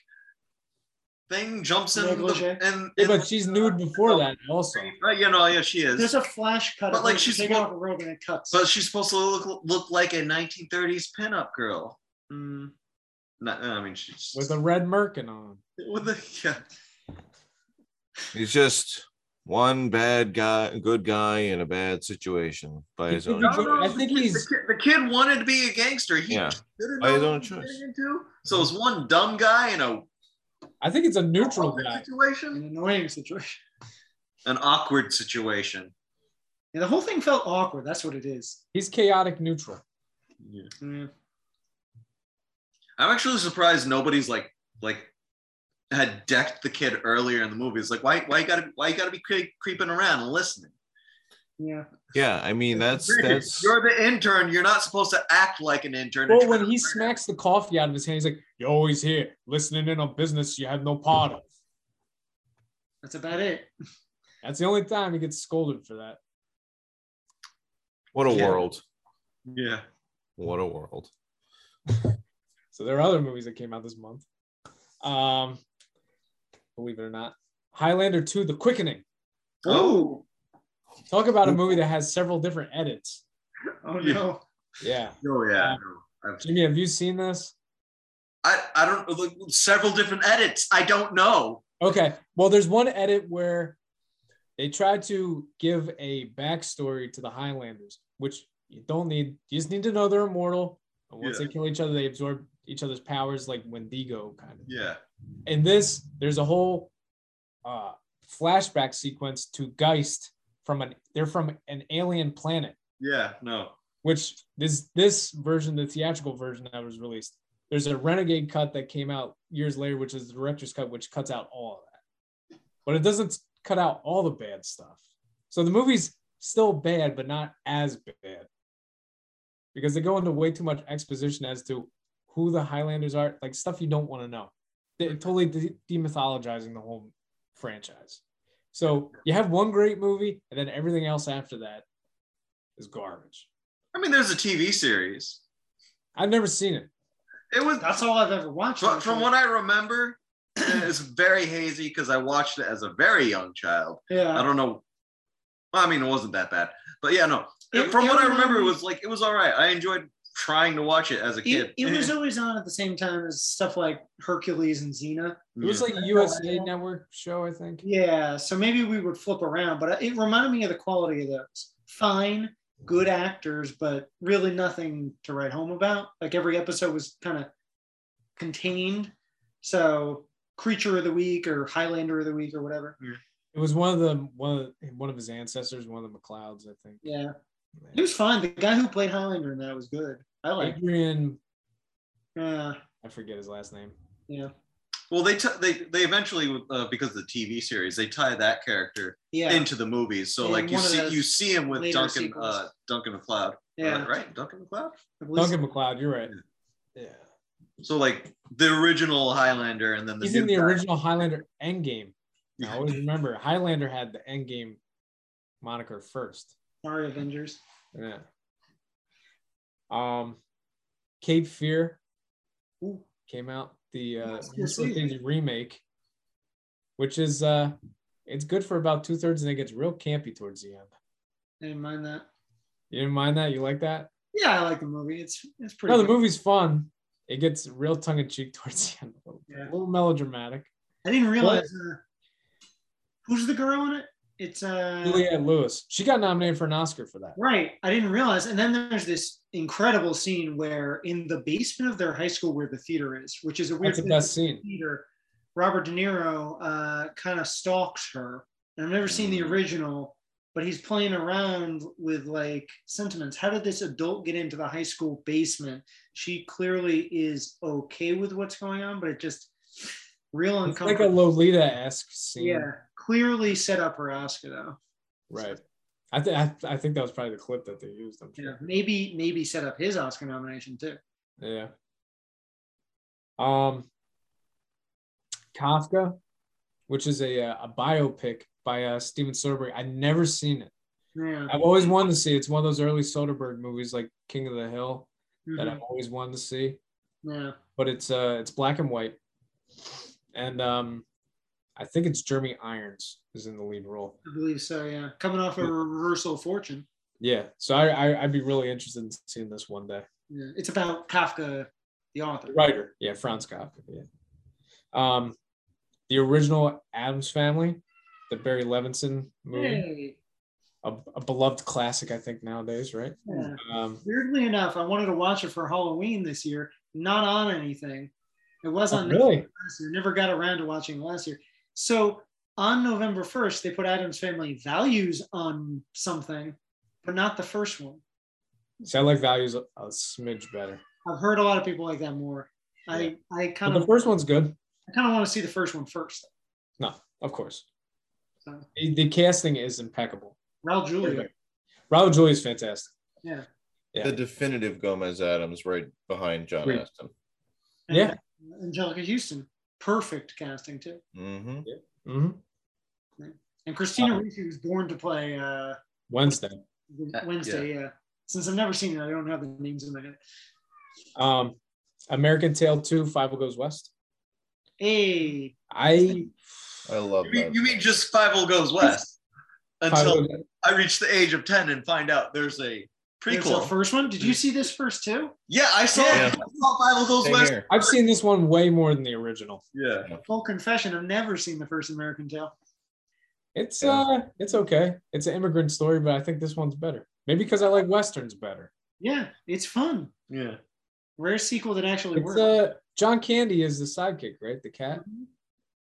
[SPEAKER 3] thing, jumps in
[SPEAKER 1] Negligee.
[SPEAKER 3] the and,
[SPEAKER 2] Yeah,
[SPEAKER 3] and
[SPEAKER 2] but she's nude before that also.
[SPEAKER 3] Right, you know, yeah, she is.
[SPEAKER 1] There's a flash cut.
[SPEAKER 3] But,
[SPEAKER 1] of
[SPEAKER 3] like,
[SPEAKER 1] her
[SPEAKER 3] she's
[SPEAKER 1] taking
[SPEAKER 3] one-
[SPEAKER 1] off a robe and it cuts.
[SPEAKER 3] But she's supposed to look look like a 1930s pinup girl.
[SPEAKER 1] Mm.
[SPEAKER 3] Not, I mean, she's
[SPEAKER 2] with a red merkin on.
[SPEAKER 3] with the yeah.
[SPEAKER 4] He's just one bad guy, good guy in a bad situation by his own.
[SPEAKER 2] No, no, I think
[SPEAKER 3] the kid-
[SPEAKER 2] he's-
[SPEAKER 3] the kid, the kid wanted to be a gangster. He
[SPEAKER 4] Yeah.
[SPEAKER 3] didn't
[SPEAKER 4] By his
[SPEAKER 3] know
[SPEAKER 4] own
[SPEAKER 3] what he was
[SPEAKER 4] choice.
[SPEAKER 3] getting into. So it was one dumb guy in a
[SPEAKER 2] I think it's a neutral
[SPEAKER 3] awkward
[SPEAKER 2] guy.
[SPEAKER 3] situation,
[SPEAKER 1] An annoying situation.
[SPEAKER 3] an awkward situation.
[SPEAKER 1] Yeah, the whole thing felt awkward. That's what it is.
[SPEAKER 2] He's chaotic neutral.
[SPEAKER 1] Mm.
[SPEAKER 3] I'm actually surprised nobody's like like had decked the kid earlier in the movie. It's like why why you gotta why you gotta be cre- creeping around and listening.
[SPEAKER 1] Yeah.
[SPEAKER 4] Yeah, I mean that's
[SPEAKER 3] Weird.
[SPEAKER 4] that's
[SPEAKER 3] you're the intern. You're not supposed to act like an intern.
[SPEAKER 2] Well, when he smacks the coffee out of his hand, he's like, "You're always here, listening in on business you have no part of."
[SPEAKER 1] That's about it.
[SPEAKER 2] That's the only time he gets scolded for that.
[SPEAKER 4] what a
[SPEAKER 3] Yeah.
[SPEAKER 4] world.
[SPEAKER 3] yeah.
[SPEAKER 4] What a world.
[SPEAKER 2] So there are other movies that came out this month. Um, believe it or not, Highlander Two: The Quickening.
[SPEAKER 1] Oh.
[SPEAKER 2] Talk about a movie that has several different edits.
[SPEAKER 1] Oh no.
[SPEAKER 2] Yeah,
[SPEAKER 3] Oh yeah. no. I've-
[SPEAKER 2] Jimmy, have you seen this?
[SPEAKER 3] I, I don't look several different edits. I don't know.
[SPEAKER 2] Okay. Well, there's one edit where they try to give a backstory to the Highlanders, which you don't need. You just need to know they're immortal. And once they kill each other, they absorb each other's powers, like Wendigo kind of.
[SPEAKER 3] Yeah.
[SPEAKER 2] In this, there's a whole uh, flashback sequence to Geist from an. They're from an alien planet,
[SPEAKER 3] Yeah. No.
[SPEAKER 2] which this this version, the theatrical version that was released. There's a renegade cut that came out years later, which is the director's cut, which cuts out all of that but it doesn't cut out all the bad stuff. So the movie's still bad, but not as bad because they go into way too much exposition as to who the Highlanders are, like stuff you don't want to know. They're totally de- demythologizing the whole franchise. So you have one great movie, and then everything else after that is garbage.
[SPEAKER 3] I mean, there's a TV series.
[SPEAKER 2] I've never seen it.
[SPEAKER 3] It was
[SPEAKER 1] That's all I've ever watched.
[SPEAKER 3] from, from what I remember. It's very hazy because I watched it as a very young child. I
[SPEAKER 1] yeah.
[SPEAKER 3] don't know. Well, I mean, it wasn't that bad, but yeah, no.
[SPEAKER 1] It-
[SPEAKER 3] From
[SPEAKER 1] it
[SPEAKER 3] what I
[SPEAKER 1] reminded
[SPEAKER 3] remember, it
[SPEAKER 1] me-
[SPEAKER 3] was like it was all right. I enjoyed trying to watch it as a kid.
[SPEAKER 1] It, it was always on at the same time as stuff like Hercules and Xena.
[SPEAKER 2] It was like a USA Network show, I think.
[SPEAKER 1] Yeah, so maybe we would flip around, but it reminded me of the quality of those. Fine, good actors, but really nothing to write home about. Like every episode was kind of contained. So creature of the week or Highlander of the week or whatever.
[SPEAKER 2] It was one of the one of, one of his ancestors, one of the McLeods, I think.
[SPEAKER 1] Yeah, it was fun. The guy who played Highlander in that was good. I like.
[SPEAKER 2] Adrian
[SPEAKER 1] Yeah,
[SPEAKER 2] I forget his last name.
[SPEAKER 1] yeah.
[SPEAKER 3] Well, they t- they they eventually uh, because of the TV series they tie that character
[SPEAKER 1] Yeah.
[SPEAKER 3] into the movies. So
[SPEAKER 1] In
[SPEAKER 3] like you
[SPEAKER 1] one of
[SPEAKER 3] see
[SPEAKER 1] those
[SPEAKER 3] you see him with
[SPEAKER 1] later
[SPEAKER 3] Duncan
[SPEAKER 1] sequels.
[SPEAKER 3] uh, Duncan McLeod.
[SPEAKER 1] yeah.
[SPEAKER 3] right, Duncan McLeod.
[SPEAKER 1] I believe so.
[SPEAKER 2] Duncan McLeod, you're right. Yeah.
[SPEAKER 3] So like the original Highlander, and then the
[SPEAKER 2] He's
[SPEAKER 3] new
[SPEAKER 2] in the
[SPEAKER 3] guy.
[SPEAKER 2] original Highlander Endgame. Now, I always remember Highlander had the Endgame moniker first.
[SPEAKER 1] Sorry, Avengers.
[SPEAKER 2] Yeah. Um, Cape Fear
[SPEAKER 1] Ooh.
[SPEAKER 2] came out the uh,
[SPEAKER 1] Yes, yes,
[SPEAKER 2] Bruce Wilkins remake, which is uh, it's good for about two thirds, and it gets real campy towards the end.
[SPEAKER 1] I didn't mind that.
[SPEAKER 2] You didn't mind that? You like that?
[SPEAKER 1] Yeah, I like the movie. It's it's pretty.
[SPEAKER 2] No, the
[SPEAKER 1] good.
[SPEAKER 2] movie's fun. It gets real tongue in cheek towards the end, a little,
[SPEAKER 1] Yeah.
[SPEAKER 2] a little melodramatic.
[SPEAKER 1] I didn't realize uh, who's the girl in it. It's uh
[SPEAKER 2] Juliette Lewis, she got nominated for an Oscar for that.
[SPEAKER 1] right. I didn't realize. And then there's this incredible scene where in the basement of their high school where the theater is, which is a weird
[SPEAKER 2] That's the
[SPEAKER 1] thing.
[SPEAKER 2] best scene.
[SPEAKER 1] theater, Robert De Niro uh, kind of stalks her. And I've never seen the
[SPEAKER 4] Mm.
[SPEAKER 1] original, but he's playing around with like sentiments. How did this adult get into the high school basement? She clearly is okay with what's going on, but it just real
[SPEAKER 2] It's like a
[SPEAKER 1] uncomfortable.
[SPEAKER 2] Lolita esque scene.
[SPEAKER 1] yeah, clearly set up her Oscar though.
[SPEAKER 2] Right. I think I I think that was probably the clip that they used. I'm sure.
[SPEAKER 1] Yeah, maybe maybe set up his Oscar nomination too.
[SPEAKER 2] Yeah. Um, Kafka, which is a uh, a biopic by uh, Steven Soderbergh. I've never seen it.
[SPEAKER 1] Yeah,
[SPEAKER 2] I've always wanted to see. it. It's one of those early Soderbergh movies, like King of the Hill, that
[SPEAKER 1] Mhm.
[SPEAKER 2] I've always wanted to see.
[SPEAKER 1] yeah.
[SPEAKER 2] But it's uh, it's black and white, and um, I think it's Jeremy Irons is in the lead role.
[SPEAKER 1] I believe so. Yeah, coming off a reversal of fortune.
[SPEAKER 2] Yeah. So I, I I'd be really interested in seeing this one day.
[SPEAKER 1] Yeah. It's about Kafka, the author.
[SPEAKER 2] The writer. Yeah, Franz Kafka. Yeah. Um, the original Adams Family, the Barry Levinson movie,
[SPEAKER 1] Hey.
[SPEAKER 2] a, a beloved classic, I think nowadays, right?
[SPEAKER 1] Yeah.
[SPEAKER 2] Um,
[SPEAKER 1] Weirdly enough, I wanted to watch it for Halloween this year. Not on anything. It was
[SPEAKER 2] oh,
[SPEAKER 1] on
[SPEAKER 2] really?
[SPEAKER 1] Netflix last year. Never got around to watching it last year. So on November first, they put Adam's Family Values on something, but not the first one.
[SPEAKER 2] See, I like values a, a smidge better.
[SPEAKER 1] I've heard a lot of people like that more.
[SPEAKER 2] Yeah.
[SPEAKER 1] I I
[SPEAKER 2] But
[SPEAKER 1] kind
[SPEAKER 2] the
[SPEAKER 1] of
[SPEAKER 2] first one's good,
[SPEAKER 1] I kind of want to see the first one first.
[SPEAKER 2] of course.
[SPEAKER 1] So
[SPEAKER 2] The, the casting is impeccable.
[SPEAKER 1] Raul Julia.
[SPEAKER 2] Robert Julie is fantastic. Yeah.
[SPEAKER 4] The definitive Gomez Adams right behind John
[SPEAKER 2] Great.
[SPEAKER 4] Aston.
[SPEAKER 1] and
[SPEAKER 2] Yeah.
[SPEAKER 1] Angelica Houston. Perfect casting too.
[SPEAKER 4] hmm
[SPEAKER 2] hmm
[SPEAKER 1] And Christina
[SPEAKER 2] Uh-huh.
[SPEAKER 1] Ricci was born to play uh,
[SPEAKER 2] Wednesday. Uh,
[SPEAKER 3] Yeah,
[SPEAKER 1] Wednesday. Yeah. Since I've never seen it, I don't have the names in my head.
[SPEAKER 2] Um, American Tale 2, Five Goes West.
[SPEAKER 1] Hey,
[SPEAKER 2] I,
[SPEAKER 4] I love
[SPEAKER 3] You
[SPEAKER 4] that.
[SPEAKER 3] mean, you mean just Five O Goes West?
[SPEAKER 2] Five
[SPEAKER 3] Until
[SPEAKER 2] Goes-
[SPEAKER 3] I reach the age of ten and find out there's a
[SPEAKER 1] there's our
[SPEAKER 3] prequel.
[SPEAKER 1] first one. Did
[SPEAKER 2] Mm-hmm.
[SPEAKER 1] you see this first too?
[SPEAKER 3] Yeah, I saw,
[SPEAKER 4] Yeah.
[SPEAKER 3] I saw Five O Goes
[SPEAKER 4] Same
[SPEAKER 3] West.
[SPEAKER 4] here.
[SPEAKER 2] I've seen this one way more than the original.
[SPEAKER 3] Yeah,
[SPEAKER 1] Full confession, I've never seen the first American Tale.
[SPEAKER 2] It's
[SPEAKER 4] Yeah.
[SPEAKER 2] uh, it's okay. It's an immigrant story, but I think this one's better. Maybe because I like westerns better.
[SPEAKER 1] Yeah, it's fun.
[SPEAKER 3] yeah.
[SPEAKER 1] Rare sequel that actually
[SPEAKER 2] It's
[SPEAKER 1] works.
[SPEAKER 2] uh, John Candy is the sidekick, right? The cat.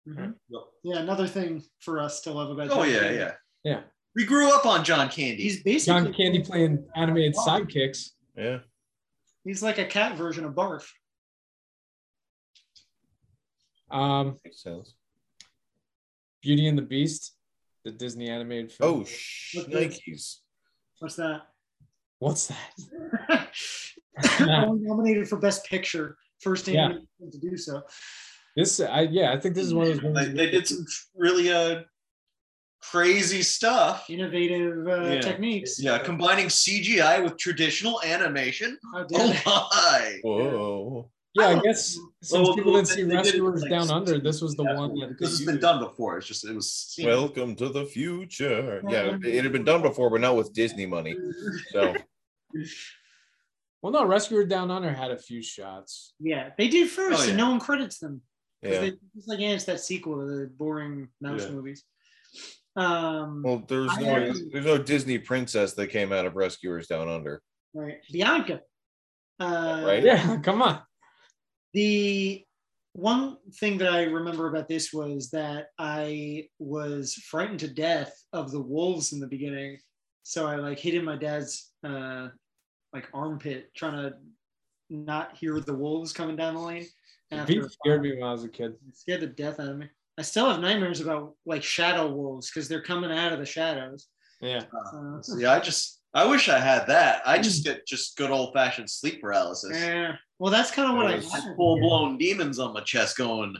[SPEAKER 1] Mhm. Yeah, another thing for us to love about.
[SPEAKER 3] Oh
[SPEAKER 1] John
[SPEAKER 3] yeah,
[SPEAKER 1] Candy.
[SPEAKER 3] yeah.
[SPEAKER 2] Yeah.
[SPEAKER 3] We grew up on John Candy.
[SPEAKER 1] He's basically
[SPEAKER 2] John Candy playing animated sidekicks.
[SPEAKER 4] Yeah.
[SPEAKER 1] He's like a cat version of Barf.
[SPEAKER 2] Um,
[SPEAKER 4] Makes sense.
[SPEAKER 2] Beauty and the Beast, the Disney animated film.
[SPEAKER 4] Oh, sh-
[SPEAKER 1] Look at this.
[SPEAKER 4] Nikes.
[SPEAKER 1] What's that?
[SPEAKER 2] what's that?
[SPEAKER 1] Only nominated for Best Picture, first
[SPEAKER 2] Yeah.
[SPEAKER 1] animated film to do so.
[SPEAKER 2] This, I yeah, I think this is one of those.
[SPEAKER 3] Like,
[SPEAKER 2] Movies
[SPEAKER 3] they did some really uh crazy stuff.
[SPEAKER 1] Innovative uh,
[SPEAKER 3] Yeah.
[SPEAKER 1] techniques.
[SPEAKER 3] Yeah, combining CGI with traditional animation.
[SPEAKER 1] How dare
[SPEAKER 3] Oh
[SPEAKER 1] they?
[SPEAKER 3] my!
[SPEAKER 4] Whoa.
[SPEAKER 2] yeah, I guess since
[SPEAKER 3] well,
[SPEAKER 2] people didn't
[SPEAKER 3] oh, they-
[SPEAKER 2] see
[SPEAKER 3] they did it,
[SPEAKER 2] Rescuers
[SPEAKER 3] like,
[SPEAKER 2] Down Under, this was the one that
[SPEAKER 3] Because it's
[SPEAKER 2] they
[SPEAKER 3] been
[SPEAKER 2] used.
[SPEAKER 3] done before. It's just it was seen.
[SPEAKER 4] Welcome to the future. Yeah, it had been done before, but not with Disney money. So
[SPEAKER 2] Well, no, Rescuer Down Under had a few shots.
[SPEAKER 1] Yeah, they did first,
[SPEAKER 3] Oh, yeah.
[SPEAKER 1] and no one credits them. 'Cause
[SPEAKER 4] yeah.
[SPEAKER 1] they- it's like, yeah, it's that sequel to the boring mouse
[SPEAKER 3] Yeah.
[SPEAKER 1] movies. Um,
[SPEAKER 4] Well, there's no there's no Disney princess that came out of Rescuers Down Under.
[SPEAKER 1] right. Bianca. Uh,
[SPEAKER 4] Right?
[SPEAKER 2] Yeah, come on.
[SPEAKER 1] The one thing that I remember about this was that I was frightened to death of the wolves in the beginning, so I like hid in my dad's uh, like armpit, trying to not hear the wolves coming down the lane.
[SPEAKER 2] He
[SPEAKER 1] after. a
[SPEAKER 2] scared
[SPEAKER 1] while.
[SPEAKER 2] me when I was a kid.
[SPEAKER 1] It scared the death out of me. I still have nightmares about like shadow wolves because they're coming out of the shadows. Uh,
[SPEAKER 2] Yeah.
[SPEAKER 1] So,
[SPEAKER 3] See, I just I wish I had that. I just get just good old fashioned sleep paralysis.
[SPEAKER 1] yeah. Well, that's kind of what I. wanted.
[SPEAKER 3] Full blown demons on my chest going.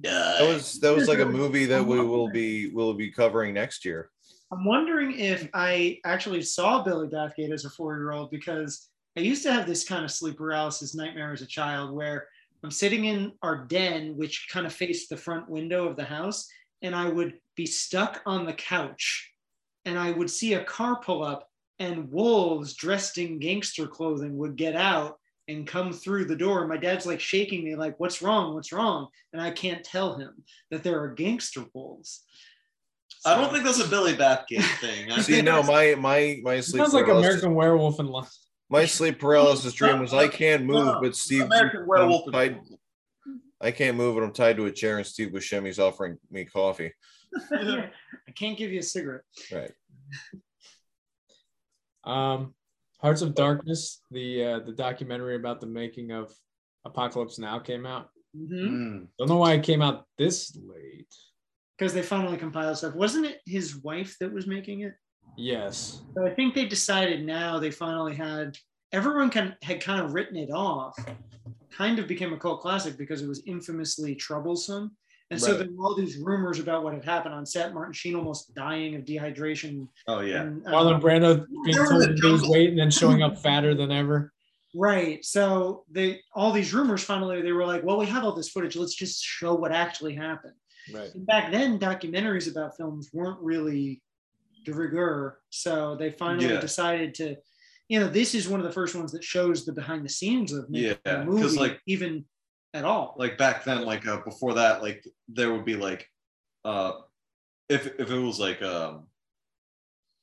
[SPEAKER 3] "Die."
[SPEAKER 4] That was that was like a movie that we will be will be covering next year.
[SPEAKER 1] I'm wondering if I actually saw Billy Bathgate as a four year old because I used to have this kind of sleep paralysis nightmare as a child where I'm sitting in our den, which kind of faced the front window of the house, and I would be stuck on the couch and I would see a car pull up and wolves dressed in gangster clothing would get out and come through the door. My dad's like shaking me, like, what's wrong? What's wrong? And I can't tell him that there are gangster wolves.
[SPEAKER 3] I don't
[SPEAKER 1] So-
[SPEAKER 3] think that's a Billy Bathgate thing. I
[SPEAKER 4] See,
[SPEAKER 3] think
[SPEAKER 4] no, my my my sleep
[SPEAKER 2] Sounds like
[SPEAKER 4] paralysis-
[SPEAKER 2] American Werewolf in London.
[SPEAKER 4] my sleep paralysis dream was I can't move, but Steve
[SPEAKER 3] American Werewolf.
[SPEAKER 4] I, I can't move, and I'm tied to a chair, and Steve Buscemi's offering me coffee.
[SPEAKER 1] I can't give you a cigarette.
[SPEAKER 4] Right.
[SPEAKER 2] Um, Hearts of Darkness, the uh, the documentary about the making of Apocalypse Now came out.
[SPEAKER 1] Because
[SPEAKER 3] Mm.
[SPEAKER 2] Don't know why it came out this late.
[SPEAKER 1] they finally compiled stuff. Wasn't it his wife that was making it?
[SPEAKER 2] Yes.
[SPEAKER 1] So I think they decided now they finally had everyone can, had kind of written it off. Kind of became a cult classic because it was infamously troublesome. And so
[SPEAKER 4] Right.
[SPEAKER 1] there were all these rumors about what had happened on set. Martin Sheen almost dying of dehydration.
[SPEAKER 3] Oh yeah.
[SPEAKER 1] And, uh,
[SPEAKER 2] Marlon Brando being
[SPEAKER 3] They were in
[SPEAKER 2] told
[SPEAKER 3] the
[SPEAKER 2] to lose
[SPEAKER 3] jungle.
[SPEAKER 2] weight and then showing up fatter than ever.
[SPEAKER 1] Right. So they all these rumors finally they were like, well, we have all this footage. Let's just show what actually happened.
[SPEAKER 2] Right.
[SPEAKER 1] And back then documentaries about films weren't really de rigueur so they finally
[SPEAKER 3] Yeah.
[SPEAKER 1] decided to you know this is one of the first ones that shows the behind the scenes of making
[SPEAKER 3] Yeah,
[SPEAKER 1] a
[SPEAKER 3] 'cause,
[SPEAKER 1] movie
[SPEAKER 3] like-
[SPEAKER 1] even at all
[SPEAKER 3] Like back then, like uh, before that, like there would be like, uh, if if it was like um,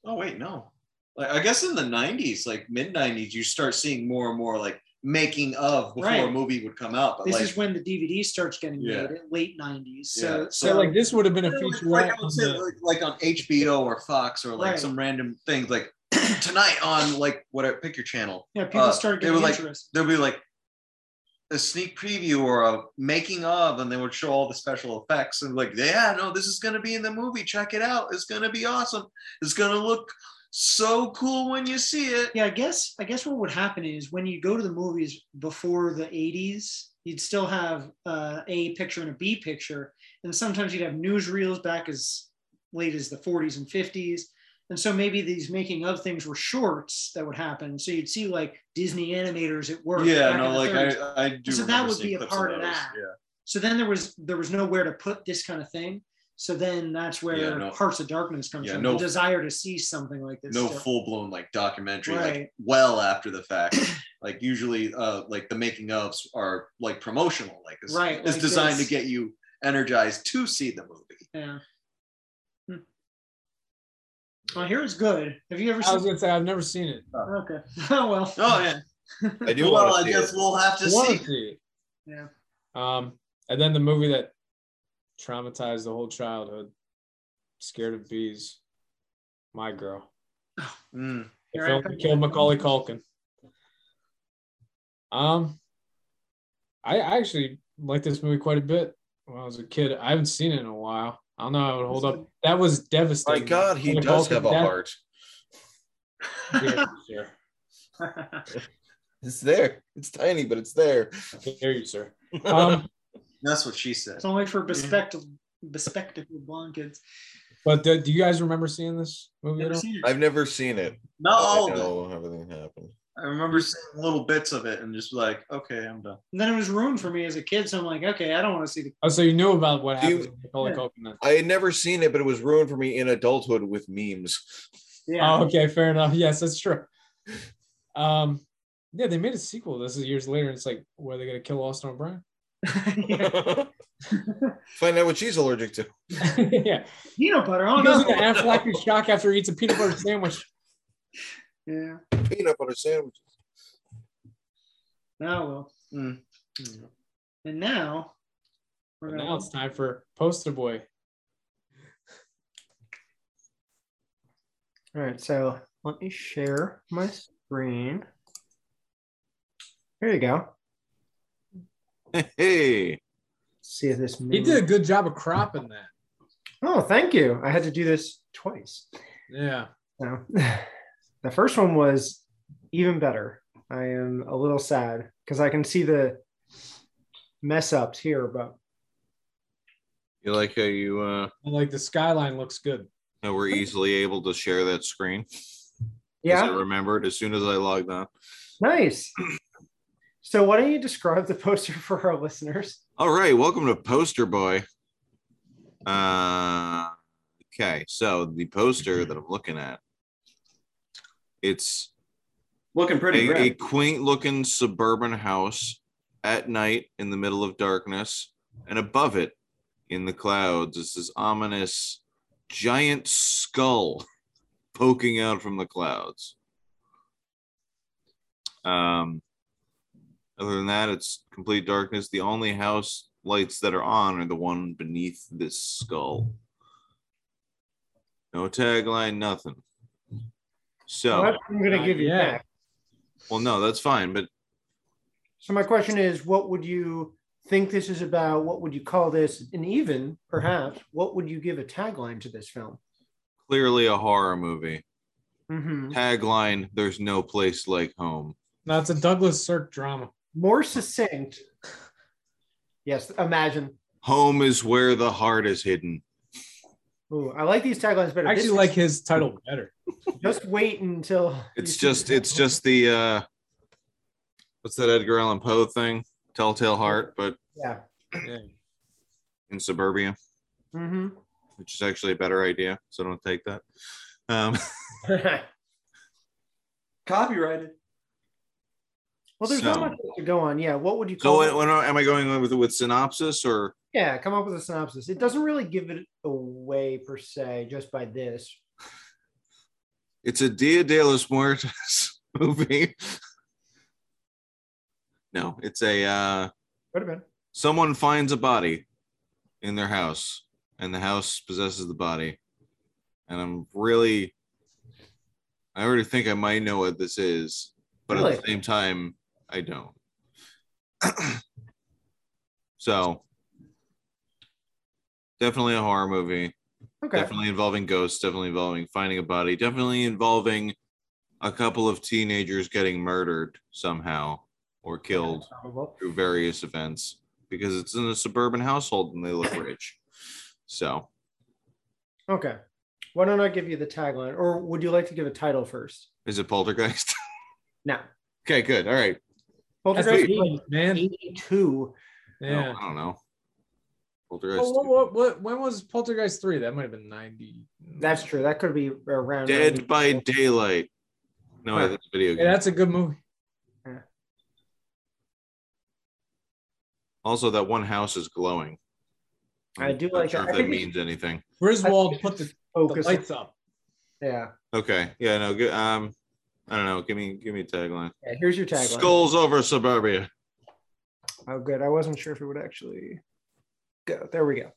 [SPEAKER 3] oh wait no, like I guess in the '90s, like mid '90s, you start seeing more and more like making of before a
[SPEAKER 1] Right.
[SPEAKER 3] movie would come out. But
[SPEAKER 1] this
[SPEAKER 3] uh, like,
[SPEAKER 1] is when the dvd starts getting
[SPEAKER 3] Yeah.
[SPEAKER 1] made late 90s so
[SPEAKER 3] Yeah.
[SPEAKER 1] so,
[SPEAKER 2] So like this would have been a
[SPEAKER 3] Yeah, like-
[SPEAKER 2] feature
[SPEAKER 3] like, I would say, like, like on HBO or Fox or like
[SPEAKER 1] Right.
[SPEAKER 3] some random things like tonight on like whatever pick your channel
[SPEAKER 1] yeah people
[SPEAKER 3] uh,
[SPEAKER 1] started
[SPEAKER 3] they
[SPEAKER 1] getting
[SPEAKER 3] were like-
[SPEAKER 1] interested
[SPEAKER 3] there'll be like a sneak preview or a making of and they would show all the special effects and like yeah no this is going to be in the movie check it out it's going to be awesome it's going to look so cool when you see it
[SPEAKER 1] yeah i guess i guess what would happen is when you go to the movies before the 80s you'd still have uh, a picture and a b picture and sometimes you'd have newsreels back as late as the 40s and 50s and so maybe these making of things were shorts that would happen so you'd see like disney animators at work
[SPEAKER 3] yeah
[SPEAKER 1] back
[SPEAKER 3] no
[SPEAKER 1] in the
[SPEAKER 3] like
[SPEAKER 1] 30s.
[SPEAKER 3] i i do
[SPEAKER 1] So that
[SPEAKER 3] remember
[SPEAKER 1] would
[SPEAKER 3] seeing
[SPEAKER 1] be a
[SPEAKER 3] clips
[SPEAKER 1] part of
[SPEAKER 3] those.
[SPEAKER 1] that. so then there was there was nowhere to put this kind of thing so then that's where
[SPEAKER 3] Yeah, no.
[SPEAKER 1] hearts of darkness comes
[SPEAKER 3] Yeah,
[SPEAKER 1] from
[SPEAKER 3] no-
[SPEAKER 1] the desire to see something like this
[SPEAKER 3] no
[SPEAKER 1] still.
[SPEAKER 3] full-blown like documentary
[SPEAKER 1] Right.
[SPEAKER 3] like well after the fact like usually uh like the making ofs are like promotional like it's,
[SPEAKER 1] Right,
[SPEAKER 3] it's
[SPEAKER 1] like
[SPEAKER 3] designed
[SPEAKER 1] this.
[SPEAKER 3] to get you energized to see the movie
[SPEAKER 1] Yeah. Hmm. Well, here is good. Have you ever
[SPEAKER 2] I was
[SPEAKER 1] seen?
[SPEAKER 2] gonna say I've never seen it.
[SPEAKER 1] Okay. Oh well.
[SPEAKER 3] oh yeah
[SPEAKER 4] I do
[SPEAKER 3] well
[SPEAKER 4] want
[SPEAKER 3] i
[SPEAKER 4] to see
[SPEAKER 3] guess
[SPEAKER 4] it.
[SPEAKER 3] we'll have to
[SPEAKER 2] I wanna
[SPEAKER 3] see
[SPEAKER 2] see it.
[SPEAKER 1] Yeah.
[SPEAKER 2] Um, and then the movie that traumatized the whole childhood, Scared of Bees, My Girl.
[SPEAKER 3] Mm.
[SPEAKER 2] The
[SPEAKER 1] You're
[SPEAKER 2] film
[SPEAKER 1] right.
[SPEAKER 2] that killed Macaulay Culkin. Um, I I actually liked this movie quite a bit when I was a kid. I haven't seen it in a while. I don't know how it would hold up. That was
[SPEAKER 4] My
[SPEAKER 2] devastating.
[SPEAKER 4] God, he
[SPEAKER 2] Macaulay
[SPEAKER 4] does
[SPEAKER 2] Culkin's
[SPEAKER 4] have a
[SPEAKER 2] death-
[SPEAKER 4] heart.
[SPEAKER 2] Yeah, sure.
[SPEAKER 4] It's there. It's tiny, but it's there.
[SPEAKER 2] Hear you, sir. Um,
[SPEAKER 3] that's what she said
[SPEAKER 1] it's only for bespectacled, bespectacled blonde kids.
[SPEAKER 2] but do, do you guys remember seeing this movie
[SPEAKER 1] Never
[SPEAKER 2] at all?
[SPEAKER 1] seen it.
[SPEAKER 4] I've never seen it.
[SPEAKER 3] not
[SPEAKER 4] but
[SPEAKER 3] all
[SPEAKER 4] I
[SPEAKER 3] of it
[SPEAKER 4] know everything happened.
[SPEAKER 3] i remember seeing little bits of it and just like okay i'm done
[SPEAKER 1] And then it was ruined for me as a kid, so I'm like, okay, I don't want to see the.
[SPEAKER 2] Oh, so you knew about what happened
[SPEAKER 4] You-
[SPEAKER 2] to Macaulay
[SPEAKER 1] Yeah.
[SPEAKER 2] Culkin then?
[SPEAKER 4] I had never seen it, but it was ruined for me in adulthood with memes.
[SPEAKER 1] Yeah.
[SPEAKER 2] Oh, okay, fair enough. Yes, that's true. Um, yeah, they made a sequel. This is years later. And it's like, were they gonna kill Austin O'Brien?
[SPEAKER 1] Yeah.
[SPEAKER 4] Find out what she's allergic to.
[SPEAKER 2] yeah,
[SPEAKER 1] Peanut butter. Oh
[SPEAKER 2] he goes
[SPEAKER 1] no.
[SPEAKER 2] into anaphylactic shock after he eats a peanut butter sandwich.
[SPEAKER 1] Yeah.
[SPEAKER 4] Peanut butter sandwiches.
[SPEAKER 1] Oh well.
[SPEAKER 3] Mm.
[SPEAKER 1] And now. We're
[SPEAKER 2] But
[SPEAKER 1] gonna,
[SPEAKER 2] now it's time for Poster Boy.
[SPEAKER 1] All right, so let me share my screen. Here you go.
[SPEAKER 4] Hey,
[SPEAKER 5] See if this.
[SPEAKER 2] He did a good job of cropping that.
[SPEAKER 5] Oh, thank you. I had to do this twice.
[SPEAKER 2] Yeah.
[SPEAKER 5] So, the first one was even better. I am a little sad because I can see the mess ups here, but
[SPEAKER 4] you like how you uh
[SPEAKER 2] And, like the skyline looks good.
[SPEAKER 4] how we're easily able to share that screen? 'Cause I
[SPEAKER 5] yeah,
[SPEAKER 4] remembered as soon as I logged on.
[SPEAKER 5] nice. So, why don't you describe the poster for our listeners?
[SPEAKER 4] All right, welcome to Poster Boy. Uh, okay, so the poster that I'm looking at, it's
[SPEAKER 3] Looking pretty
[SPEAKER 4] a, a
[SPEAKER 3] great.
[SPEAKER 4] quaint looking suburban house at night in the middle of darkness, and above it in the clouds is this ominous giant skull poking out from the clouds. Um, other than that, it's complete darkness. The only house lights that are on are the one beneath this skull. No tagline, nothing. So,
[SPEAKER 5] Well, I'm going to
[SPEAKER 2] Not
[SPEAKER 5] give you
[SPEAKER 2] yet.
[SPEAKER 5] that.
[SPEAKER 4] well, no, that's fine, but
[SPEAKER 5] So my question is, what would you think this is about? What would you call this? And even perhaps, what would you give a tagline to this film?
[SPEAKER 4] clearly a horror movie.
[SPEAKER 2] Mm-hmm.
[SPEAKER 5] Mhm.
[SPEAKER 4] Tagline: There's no place like home.
[SPEAKER 2] No, it's a Douglas Sirk drama.
[SPEAKER 5] More succinct. Yes, imagine.
[SPEAKER 4] Home is where the heart is hidden.
[SPEAKER 5] Ooh, I like these taglines better.
[SPEAKER 2] I actually
[SPEAKER 5] This-
[SPEAKER 2] like his title better.
[SPEAKER 5] Just wait until.
[SPEAKER 4] It's just, it's just the uh, what's that Edgar Allan Poe thing? Telltale Heart, but
[SPEAKER 5] Yeah.
[SPEAKER 2] Yeah.
[SPEAKER 4] in suburbia,
[SPEAKER 5] hmm
[SPEAKER 4] which is actually a better idea. So don't take that. Um,
[SPEAKER 3] Copyrighted.
[SPEAKER 5] well, there's
[SPEAKER 4] So-
[SPEAKER 5] not much to go on. Yeah. What would you
[SPEAKER 4] so
[SPEAKER 5] call?
[SPEAKER 4] when,
[SPEAKER 5] it?
[SPEAKER 4] when am I going with with synopsis or?
[SPEAKER 5] yeah, come up with a synopsis. It doesn't really give it away per se, just by this.
[SPEAKER 4] It's a Dia de los Muertos movie. No, it's a uh,
[SPEAKER 5] Could have been.
[SPEAKER 4] someone finds a body in their house and the house possesses the body and i'm really i already think i might know what this is but at the
[SPEAKER 5] Really?
[SPEAKER 4] same time i don't so definitely a horror movie
[SPEAKER 5] Okay.
[SPEAKER 4] definitely involving ghosts definitely involving finding a body definitely involving a couple of teenagers getting murdered somehow or killed
[SPEAKER 5] Probable.
[SPEAKER 4] through various events because it's in a suburban household and they look rich. So
[SPEAKER 5] Okay. Why don't I give you the tagline, or would you like to give a title first?
[SPEAKER 4] is it poltergeist?
[SPEAKER 5] No.
[SPEAKER 4] okay, good. All right.
[SPEAKER 2] That's
[SPEAKER 5] Poltergeist
[SPEAKER 2] the
[SPEAKER 5] was
[SPEAKER 2] 80s, man.
[SPEAKER 5] 82.
[SPEAKER 4] Yeah.
[SPEAKER 2] Yeah.
[SPEAKER 4] I don't know. Poltergeist.
[SPEAKER 2] Well, what, what, what, when was Poltergeist 3? That might have been 90.
[SPEAKER 5] That's true. That could be around.
[SPEAKER 4] Dead by Daylight. No, wait,
[SPEAKER 5] Huh.
[SPEAKER 4] that's a video
[SPEAKER 2] Yeah,
[SPEAKER 4] game.
[SPEAKER 2] that's a good movie.
[SPEAKER 4] also, that one house is glowing.
[SPEAKER 5] I
[SPEAKER 4] I'm
[SPEAKER 5] do
[SPEAKER 4] not
[SPEAKER 5] like
[SPEAKER 4] sure if
[SPEAKER 5] that. I
[SPEAKER 4] that
[SPEAKER 5] think-
[SPEAKER 4] means anything.
[SPEAKER 2] Griswold put the, the
[SPEAKER 5] focus.
[SPEAKER 2] lights up.
[SPEAKER 5] Yeah.
[SPEAKER 4] Okay. Yeah. No. Good. Um. I don't know. Give me. Give me a tagline.
[SPEAKER 5] yeah. Here's your tagline.
[SPEAKER 4] Skulls over suburbia.
[SPEAKER 5] Oh, good. I wasn't sure if it would actually go. There we go.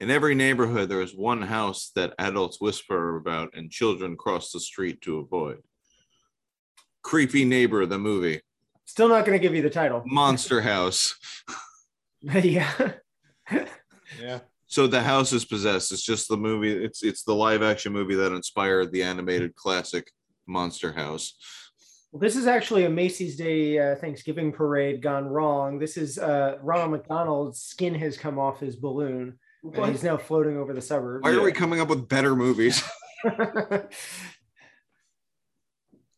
[SPEAKER 4] In every neighborhood, there is one house that adults whisper about and children cross the street to avoid. Creepy Neighbor, the movie.
[SPEAKER 5] Still not going to give you the title.
[SPEAKER 4] Monster House. Mm.
[SPEAKER 5] yeah.
[SPEAKER 2] Yeah.
[SPEAKER 4] So the house is possessed. It's just the movie. It's it's the live action movie that inspired the animated classic Monster House.
[SPEAKER 5] Well, this is actually a Macy's Day uh, Thanksgiving parade gone wrong. This is uh, Ronald McDonald's skin has come off his balloon. And he's now floating over the suburbs.
[SPEAKER 4] Why are we coming up with better movies?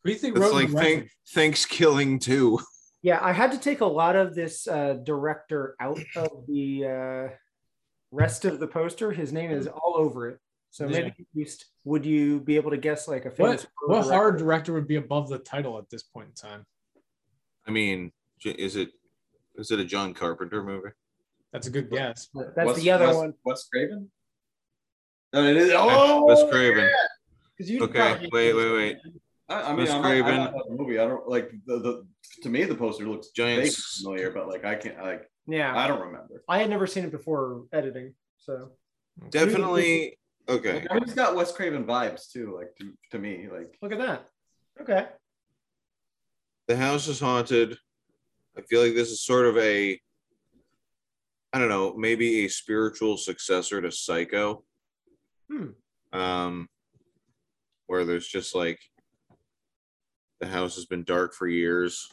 [SPEAKER 2] We think
[SPEAKER 4] It's
[SPEAKER 2] Road
[SPEAKER 4] like thank, Thanksgiving too.
[SPEAKER 5] Yeah, I had to take a lot of this uh, director out of the uh, rest of the poster. His name is all over it. So maybe
[SPEAKER 2] Yeah.
[SPEAKER 5] at least would you be able to guess like a famous
[SPEAKER 2] What, what
[SPEAKER 5] director?
[SPEAKER 2] horror director would be above the title at this point in time?
[SPEAKER 4] I mean, j- is it is it a John Carpenter movie?
[SPEAKER 2] That's a good guess.
[SPEAKER 5] That's
[SPEAKER 3] Wes-
[SPEAKER 5] the other
[SPEAKER 3] Wes-
[SPEAKER 5] one.
[SPEAKER 3] Wes Craven. No, it is.
[SPEAKER 4] Oh,
[SPEAKER 3] Oh,
[SPEAKER 4] Wes Craven.
[SPEAKER 5] 'Cause you
[SPEAKER 4] Okay,
[SPEAKER 5] probably-
[SPEAKER 4] wait, wait, wait.
[SPEAKER 3] I, I mean,
[SPEAKER 4] Wes
[SPEAKER 3] I'm not, I
[SPEAKER 4] Craven.
[SPEAKER 3] don't know the movie. I don't like the, the. To me, the poster looks
[SPEAKER 4] Giant
[SPEAKER 3] vaguely
[SPEAKER 4] s-
[SPEAKER 3] familiar, but like I can't. Like
[SPEAKER 5] Yeah,
[SPEAKER 3] I don't remember.
[SPEAKER 5] I had never seen it before editing. So
[SPEAKER 4] Definitely. Okay.
[SPEAKER 3] I mean, it's got Wes Craven vibes too. Like to, to me, like
[SPEAKER 5] look at that. Okay.
[SPEAKER 4] the house is haunted. I feel like this is sort of a I don't know, maybe a spiritual successor to Psycho.
[SPEAKER 5] Hmm.
[SPEAKER 4] Um, where there's just like the house has been dark for years.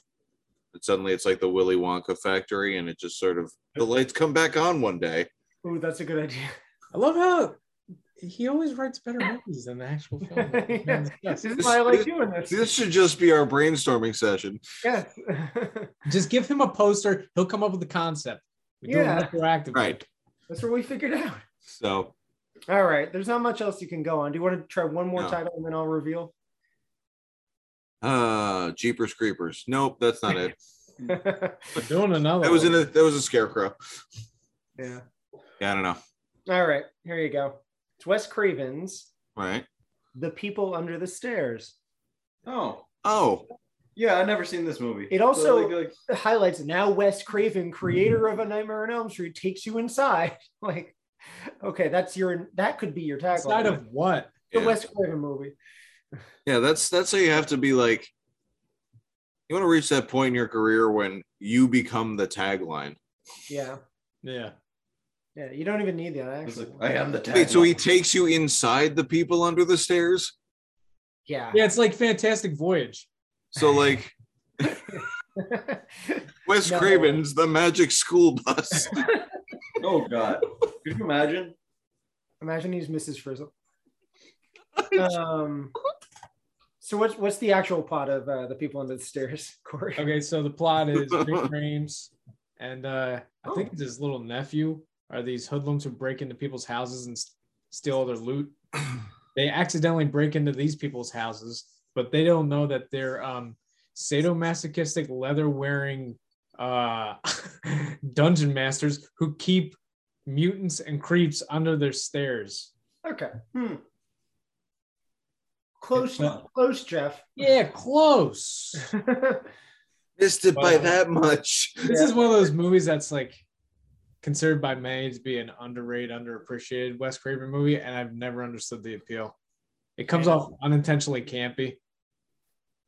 [SPEAKER 4] And suddenly it's like the Willy Wonka factory, and it just sort of the lights come back on one day.
[SPEAKER 5] Oh, that's a good idea.
[SPEAKER 2] I love how he always writes better movies than the actual film.
[SPEAKER 5] Yeah. This is
[SPEAKER 4] Oh, This-
[SPEAKER 5] why I like
[SPEAKER 4] this-
[SPEAKER 5] doing this.
[SPEAKER 4] This should just be our brainstorming session.
[SPEAKER 5] Yes.
[SPEAKER 2] Just give him a poster; he'll come up with the concept. We do it
[SPEAKER 5] Yeah.
[SPEAKER 2] retroactively.
[SPEAKER 4] Right.
[SPEAKER 5] that's what we figured out.
[SPEAKER 4] So
[SPEAKER 5] All right. There's not much else you can go on. Do you want to try one more
[SPEAKER 4] No.
[SPEAKER 5] title and then I'll reveal?
[SPEAKER 4] uh Jeepers Creepers. Nope, that's not it. Mm.
[SPEAKER 5] yeah.
[SPEAKER 2] We're doing another.
[SPEAKER 4] That was
[SPEAKER 2] one.
[SPEAKER 4] in a that was a scarecrow. Yeah, I don't know.
[SPEAKER 5] All right. Here you go. It's Wes Craven's
[SPEAKER 4] All right.
[SPEAKER 5] The People Under the Stairs.
[SPEAKER 3] Oh,
[SPEAKER 4] Oh,
[SPEAKER 3] yeah, I've never seen this movie.
[SPEAKER 5] It also-
[SPEAKER 3] But, like, like,
[SPEAKER 5] It highlights now Wes Craven, creator of A Nightmare on Elm Street, takes you inside. Like, okay, that's your that could be your tagline.
[SPEAKER 2] Side of what?
[SPEAKER 5] the
[SPEAKER 4] yeah.
[SPEAKER 5] Wes Craven movie.
[SPEAKER 4] Yeah, that's that's how you have to be like you want to reach that point in your career when you become the tagline.
[SPEAKER 5] Yeah.
[SPEAKER 2] Yeah.
[SPEAKER 5] Yeah. You don't even need that
[SPEAKER 3] it's
[SPEAKER 5] actually.
[SPEAKER 3] like, I am the tag.
[SPEAKER 4] Wait, so he takes you inside the people under the stairs?
[SPEAKER 5] yeah.
[SPEAKER 2] Yeah, it's like Fantastic Voyage.
[SPEAKER 4] So like Wes
[SPEAKER 5] No.
[SPEAKER 4] Craven's the magic school bus.
[SPEAKER 3] Oh God, could you imagine?
[SPEAKER 5] Imagine he's Mrs. Frizzle. Um so what's what's the actual plot of uh, the people under the stairs, Corey?
[SPEAKER 2] Okay, so the plot is big dreams, and uh, I think it's his little nephew are these hoodlums who break into people's houses and s- steal their loot. They accidentally break into these people's houses, but they don't know that they're um, sadomasochistic leather wearing uh, dungeon masters who keep mutants and creeps under their stairs.
[SPEAKER 5] Okay. Hmm. Close,
[SPEAKER 2] It's not-
[SPEAKER 5] close, Jeff.
[SPEAKER 2] Yeah, close.
[SPEAKER 4] Missed it by
[SPEAKER 2] Wow.
[SPEAKER 4] that much.
[SPEAKER 2] This
[SPEAKER 5] Yeah.
[SPEAKER 2] is one of those movies that's like considered by many to be an underrated, underappreciated Wes Craven movie, and I've never understood the appeal. It comes
[SPEAKER 5] Yeah.
[SPEAKER 2] off unintentionally campy.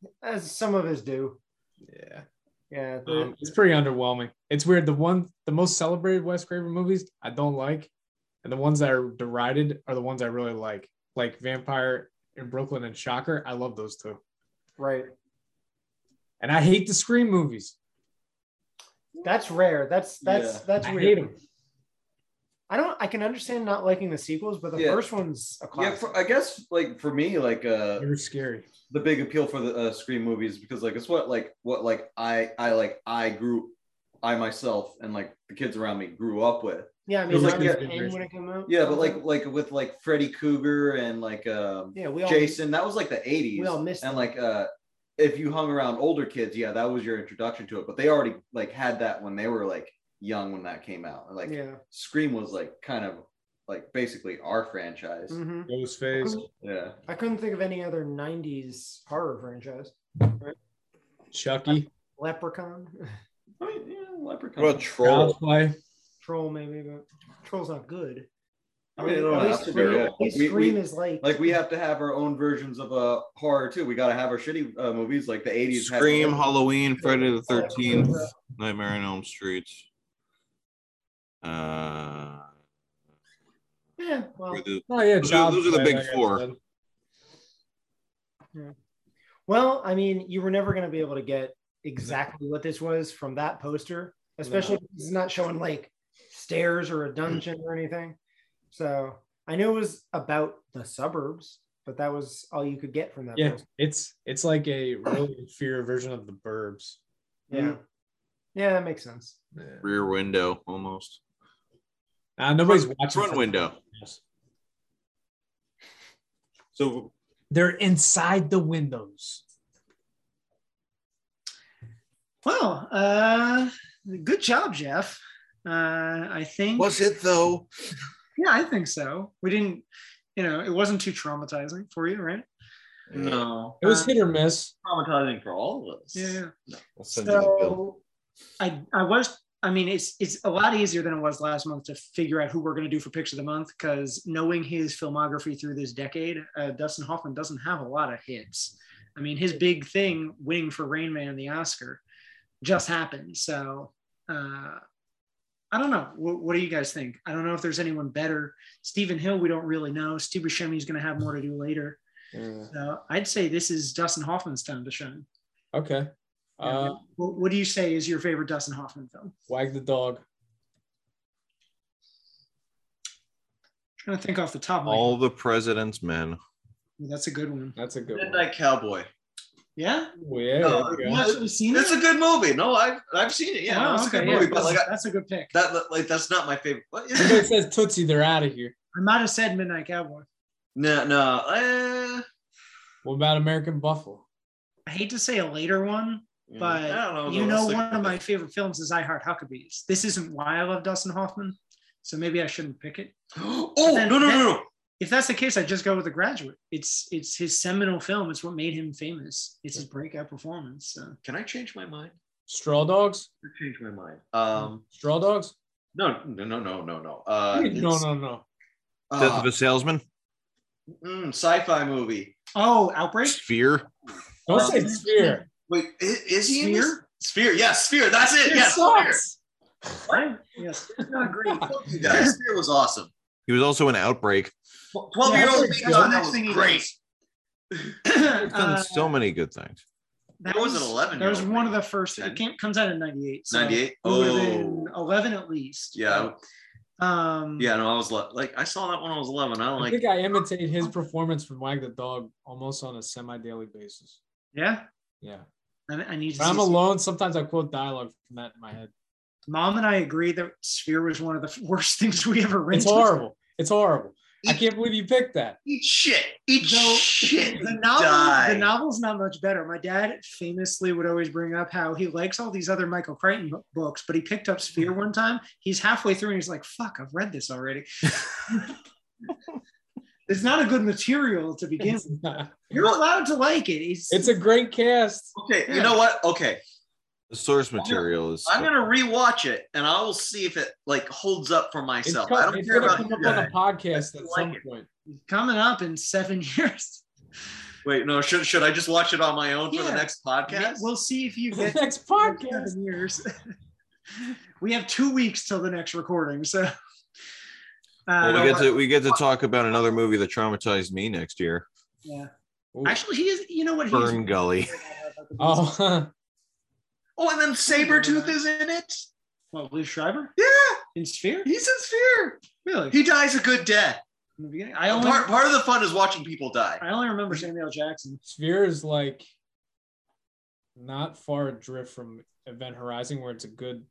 [SPEAKER 5] As some of us do.
[SPEAKER 2] Yeah,
[SPEAKER 5] Yeah.
[SPEAKER 2] Um, it's pretty underwhelming. It's weird. The one, the most celebrated Wes Craven movies, I don't like, and the ones that are derided are the ones I really like, like Vampire in Brooklyn and Shocker. I love those two,
[SPEAKER 5] Right.
[SPEAKER 2] and I hate the Scream movies.
[SPEAKER 5] That's rare. That's that's
[SPEAKER 3] Yeah.
[SPEAKER 5] that's
[SPEAKER 2] I
[SPEAKER 5] weird.
[SPEAKER 2] hate them.
[SPEAKER 5] I don't. I can understand not liking the sequels, but the
[SPEAKER 3] Yeah.
[SPEAKER 5] first one's a
[SPEAKER 3] Yeah,
[SPEAKER 5] classic.
[SPEAKER 3] for, I guess like for me, like uh,
[SPEAKER 2] They're scary.
[SPEAKER 3] the big appeal for the uh, scream movies because like it's what like what like I I like I grew I myself and like the kids around me grew up with.
[SPEAKER 5] Yeah, I mean,
[SPEAKER 2] Feels
[SPEAKER 5] like
[SPEAKER 3] like
[SPEAKER 5] yeah,
[SPEAKER 2] these
[SPEAKER 5] when it came out.
[SPEAKER 3] Yeah, but like like with like Freddy Cougar and like um
[SPEAKER 5] yeah, we all
[SPEAKER 3] Jason, that was like the 80s.
[SPEAKER 5] We all missed
[SPEAKER 3] and
[SPEAKER 5] them.
[SPEAKER 3] like uh if you hung around older kids, yeah, that was your introduction to it, but they already like had that when they were like young when that came out. And, Like
[SPEAKER 5] yeah.
[SPEAKER 3] Scream was like kind of like basically our franchise.
[SPEAKER 5] hmm
[SPEAKER 2] Ghostface.
[SPEAKER 3] Yeah.
[SPEAKER 5] I couldn't think of any other '90s horror franchise.
[SPEAKER 2] Chucky.
[SPEAKER 5] Leprechaun,
[SPEAKER 3] I mean, yeah, Leprechaun.
[SPEAKER 4] What about troll?
[SPEAKER 2] Child's Play.
[SPEAKER 5] Troll, maybe, but Troll's not good.
[SPEAKER 3] I mean, it
[SPEAKER 5] At
[SPEAKER 3] don't have
[SPEAKER 5] least
[SPEAKER 3] to be.
[SPEAKER 5] Scream-
[SPEAKER 3] yeah.
[SPEAKER 5] at least
[SPEAKER 3] We- we-
[SPEAKER 5] Scream is like
[SPEAKER 3] like we have to have our own versions of uh horror too. We got to have our shitty uh, movies like the 80s. had-
[SPEAKER 4] Scream, Halloween, Friday the thirteenth, Nightmare on Elm Street. Uh
[SPEAKER 5] Yeah, well,
[SPEAKER 4] where the-
[SPEAKER 2] Oh yeah,
[SPEAKER 4] Those are- those are the
[SPEAKER 2] Child's
[SPEAKER 4] big
[SPEAKER 2] Play, I
[SPEAKER 4] four.
[SPEAKER 2] said.
[SPEAKER 5] Well, I mean, you were never going to be able to get exactly what this was from that poster, especially if it's not showing like stairs or a dungeon or anything. So I knew it was about the suburbs, but that was all you could get from that.
[SPEAKER 2] Yeah,
[SPEAKER 5] poster.
[SPEAKER 2] it's it's like a really inferior version of the Burbs.
[SPEAKER 5] yeah, yeah, that makes sense.
[SPEAKER 4] rear window almost.
[SPEAKER 2] Nah, Uh, nobody's
[SPEAKER 4] Front-
[SPEAKER 2] watching.
[SPEAKER 4] front
[SPEAKER 2] from-
[SPEAKER 4] window. So
[SPEAKER 2] They're inside the windows.
[SPEAKER 1] Well, uh, good job, Jeff. Uh, I think.
[SPEAKER 4] was it though?
[SPEAKER 1] Yeah, I think so. We didn't, you know, it wasn't too traumatizing for you, right?
[SPEAKER 3] No.
[SPEAKER 2] It was
[SPEAKER 1] Uh,
[SPEAKER 2] hit or miss.
[SPEAKER 3] Traumatizing for all of us.
[SPEAKER 1] Yeah. yeah.
[SPEAKER 4] I'll send you the bill.
[SPEAKER 1] So I, I was, I mean, it's it's a lot easier than it was last month to figure out who we're going to do for picks of the month because knowing his filmography through this decade, uh, Dustin Hoffman doesn't have a lot of hits. I mean, his big thing, winning for Rain Man the Oscar, just happened. So uh, I don't know. What, what do you guys think? I don't know if there's anyone better. Stephen Hill, we don't really know. Steve Buscemi's going to have more to do later.
[SPEAKER 2] Yeah.
[SPEAKER 1] So I'd say this is Dustin Hoffman's time to shine.
[SPEAKER 2] Okay. Uh,
[SPEAKER 1] What, what do you say is your favorite Dustin Hoffman film?
[SPEAKER 2] Wag the dog.
[SPEAKER 1] trying to think off the top. Of my
[SPEAKER 4] All the president's men.
[SPEAKER 1] head. That's a good one.
[SPEAKER 2] That's a good one.
[SPEAKER 3] Midnight Cowboy.
[SPEAKER 1] Yeah.
[SPEAKER 2] Ooh, yeah,
[SPEAKER 3] No,
[SPEAKER 2] there you
[SPEAKER 1] You
[SPEAKER 2] go.
[SPEAKER 1] actually seen
[SPEAKER 3] It's
[SPEAKER 1] it?
[SPEAKER 3] a good movie. No, I've I've seen it. Yeah,
[SPEAKER 1] Wow,
[SPEAKER 3] it's a
[SPEAKER 1] okay,
[SPEAKER 3] good
[SPEAKER 1] yeah,
[SPEAKER 3] movie.
[SPEAKER 1] that's,
[SPEAKER 3] But like I-
[SPEAKER 1] that's a good pick.
[SPEAKER 3] that, like that's not my favorite. What is
[SPEAKER 2] If it
[SPEAKER 3] it?
[SPEAKER 2] says Tootsie, they're out of here.
[SPEAKER 1] I might have said Midnight Cowboy.
[SPEAKER 3] no, no. eh,
[SPEAKER 2] What about American Buffalo?
[SPEAKER 1] I hate to say a later one, But
[SPEAKER 3] I don't know.
[SPEAKER 1] you
[SPEAKER 3] though.
[SPEAKER 1] know,
[SPEAKER 3] It's like-
[SPEAKER 1] one of my favorite films is I Heart Huckabees. This isn't why I love Dustin Hoffman, so maybe I shouldn't pick it.
[SPEAKER 3] Oh
[SPEAKER 1] then-
[SPEAKER 3] no no no no!
[SPEAKER 1] If that's the case, I just go with The Graduate. It's it's his seminal film. It's what made him famous. It's his breakout performance. So.
[SPEAKER 3] Can I change my mind?
[SPEAKER 2] Straw dogs?
[SPEAKER 3] Change my mind. Um,
[SPEAKER 2] Straw dogs?
[SPEAKER 3] no no no no no no. Uh, it's,
[SPEAKER 2] no, no, no.
[SPEAKER 4] Death
[SPEAKER 3] uh,
[SPEAKER 4] of a salesman.
[SPEAKER 3] mm, sci-fi movie.
[SPEAKER 1] Oh, Outbreak.
[SPEAKER 4] Sphere.
[SPEAKER 2] Don't
[SPEAKER 3] Um,
[SPEAKER 2] say sphere.
[SPEAKER 3] Wait, i- is, he in this?
[SPEAKER 1] Sphere?
[SPEAKER 3] Sphere? Yes, Sphere. That's it.
[SPEAKER 2] It
[SPEAKER 3] yes, Sphere.
[SPEAKER 2] sucks.
[SPEAKER 1] Yes.
[SPEAKER 3] Not great. Fuck you guys. Sphere was awesome.
[SPEAKER 4] He was also in Outbreak.
[SPEAKER 3] Twelve
[SPEAKER 1] Yeah,
[SPEAKER 3] year old
[SPEAKER 1] that's
[SPEAKER 3] me.
[SPEAKER 1] good.
[SPEAKER 3] God,
[SPEAKER 1] Next
[SPEAKER 3] that was
[SPEAKER 1] thing he
[SPEAKER 3] great.
[SPEAKER 1] does.
[SPEAKER 4] He's done
[SPEAKER 1] Uh,
[SPEAKER 4] so many good things.
[SPEAKER 1] that
[SPEAKER 3] There was an 11
[SPEAKER 1] That was
[SPEAKER 3] year old
[SPEAKER 1] one of
[SPEAKER 3] movie.
[SPEAKER 1] the first. It came, comes out in '98. So
[SPEAKER 3] Ninety eight.
[SPEAKER 1] it would have been
[SPEAKER 3] Oh
[SPEAKER 1] 11 at least.
[SPEAKER 3] yeah
[SPEAKER 1] Um,
[SPEAKER 3] yeah. No, I was le- like I saw that when I was eleven. I don't
[SPEAKER 2] I
[SPEAKER 3] like.
[SPEAKER 2] think I imitate his performance from Wag the Dog almost on a semi daily basis.
[SPEAKER 1] Yeah.
[SPEAKER 2] Yeah.
[SPEAKER 1] I, I need to.
[SPEAKER 2] When I'm
[SPEAKER 1] see-
[SPEAKER 2] alone, sometimes I quote dialogue from that in my head.
[SPEAKER 1] Mom and I agree that Sphere was one of the worst things we ever rented.
[SPEAKER 2] It's horrible. It's horrible. I can't believe you picked that.
[SPEAKER 3] Eat shit. Eat
[SPEAKER 1] Though,
[SPEAKER 3] shit.
[SPEAKER 1] The
[SPEAKER 3] and
[SPEAKER 1] novel,
[SPEAKER 3] die.
[SPEAKER 1] the novel's not much better. My dad famously would always bring up how he likes all these other Michael Crichton bo- books, but he picked up Sphere one time. He's halfway through and he's like, "Fuck, I've read this already." it's not a good material to begin
[SPEAKER 2] It's,
[SPEAKER 1] with.
[SPEAKER 2] not-
[SPEAKER 1] You're allowed to like it. It's,
[SPEAKER 2] it's a great cast.
[SPEAKER 3] Okay, you know what? Okay,
[SPEAKER 4] The source material is.
[SPEAKER 3] I'm gonna rewatch it and I will see if it like holds up for
[SPEAKER 2] It's,
[SPEAKER 3] myself.
[SPEAKER 2] co-
[SPEAKER 3] I don't
[SPEAKER 2] it's
[SPEAKER 3] care
[SPEAKER 2] gonna
[SPEAKER 3] about
[SPEAKER 2] come
[SPEAKER 3] you
[SPEAKER 2] up on
[SPEAKER 3] guys.
[SPEAKER 2] the podcast
[SPEAKER 3] I
[SPEAKER 2] at
[SPEAKER 3] like
[SPEAKER 2] some
[SPEAKER 3] it.
[SPEAKER 2] point.
[SPEAKER 1] coming up in seven years.
[SPEAKER 3] Wait, no, should should I just watch it on my own for
[SPEAKER 1] Yeah.
[SPEAKER 3] the next podcast?
[SPEAKER 1] We'll see if you
[SPEAKER 2] The
[SPEAKER 1] get
[SPEAKER 2] next podcast.
[SPEAKER 1] seven years. we have two weeks till the next recording, so. Uh,
[SPEAKER 4] Well, we get to we get to talk about another movie that traumatized me next year.
[SPEAKER 1] yeah.
[SPEAKER 2] Ooh.
[SPEAKER 1] Actually, he is. You know what? He was-
[SPEAKER 4] Burn Gully.
[SPEAKER 2] Oh,
[SPEAKER 3] oh, and then Sabretooth is in it.
[SPEAKER 1] What, Liz Schreiber
[SPEAKER 3] Yeah,
[SPEAKER 1] in Sphere?
[SPEAKER 3] he's in Sphere.
[SPEAKER 1] Really?
[SPEAKER 3] He dies a good death.
[SPEAKER 1] In the beginning, I only
[SPEAKER 3] part, part of the fun is watching people die.
[SPEAKER 1] I only remember Samuel L. Jackson.
[SPEAKER 2] Sphere is like not far adrift from Event Horizon, where it's a good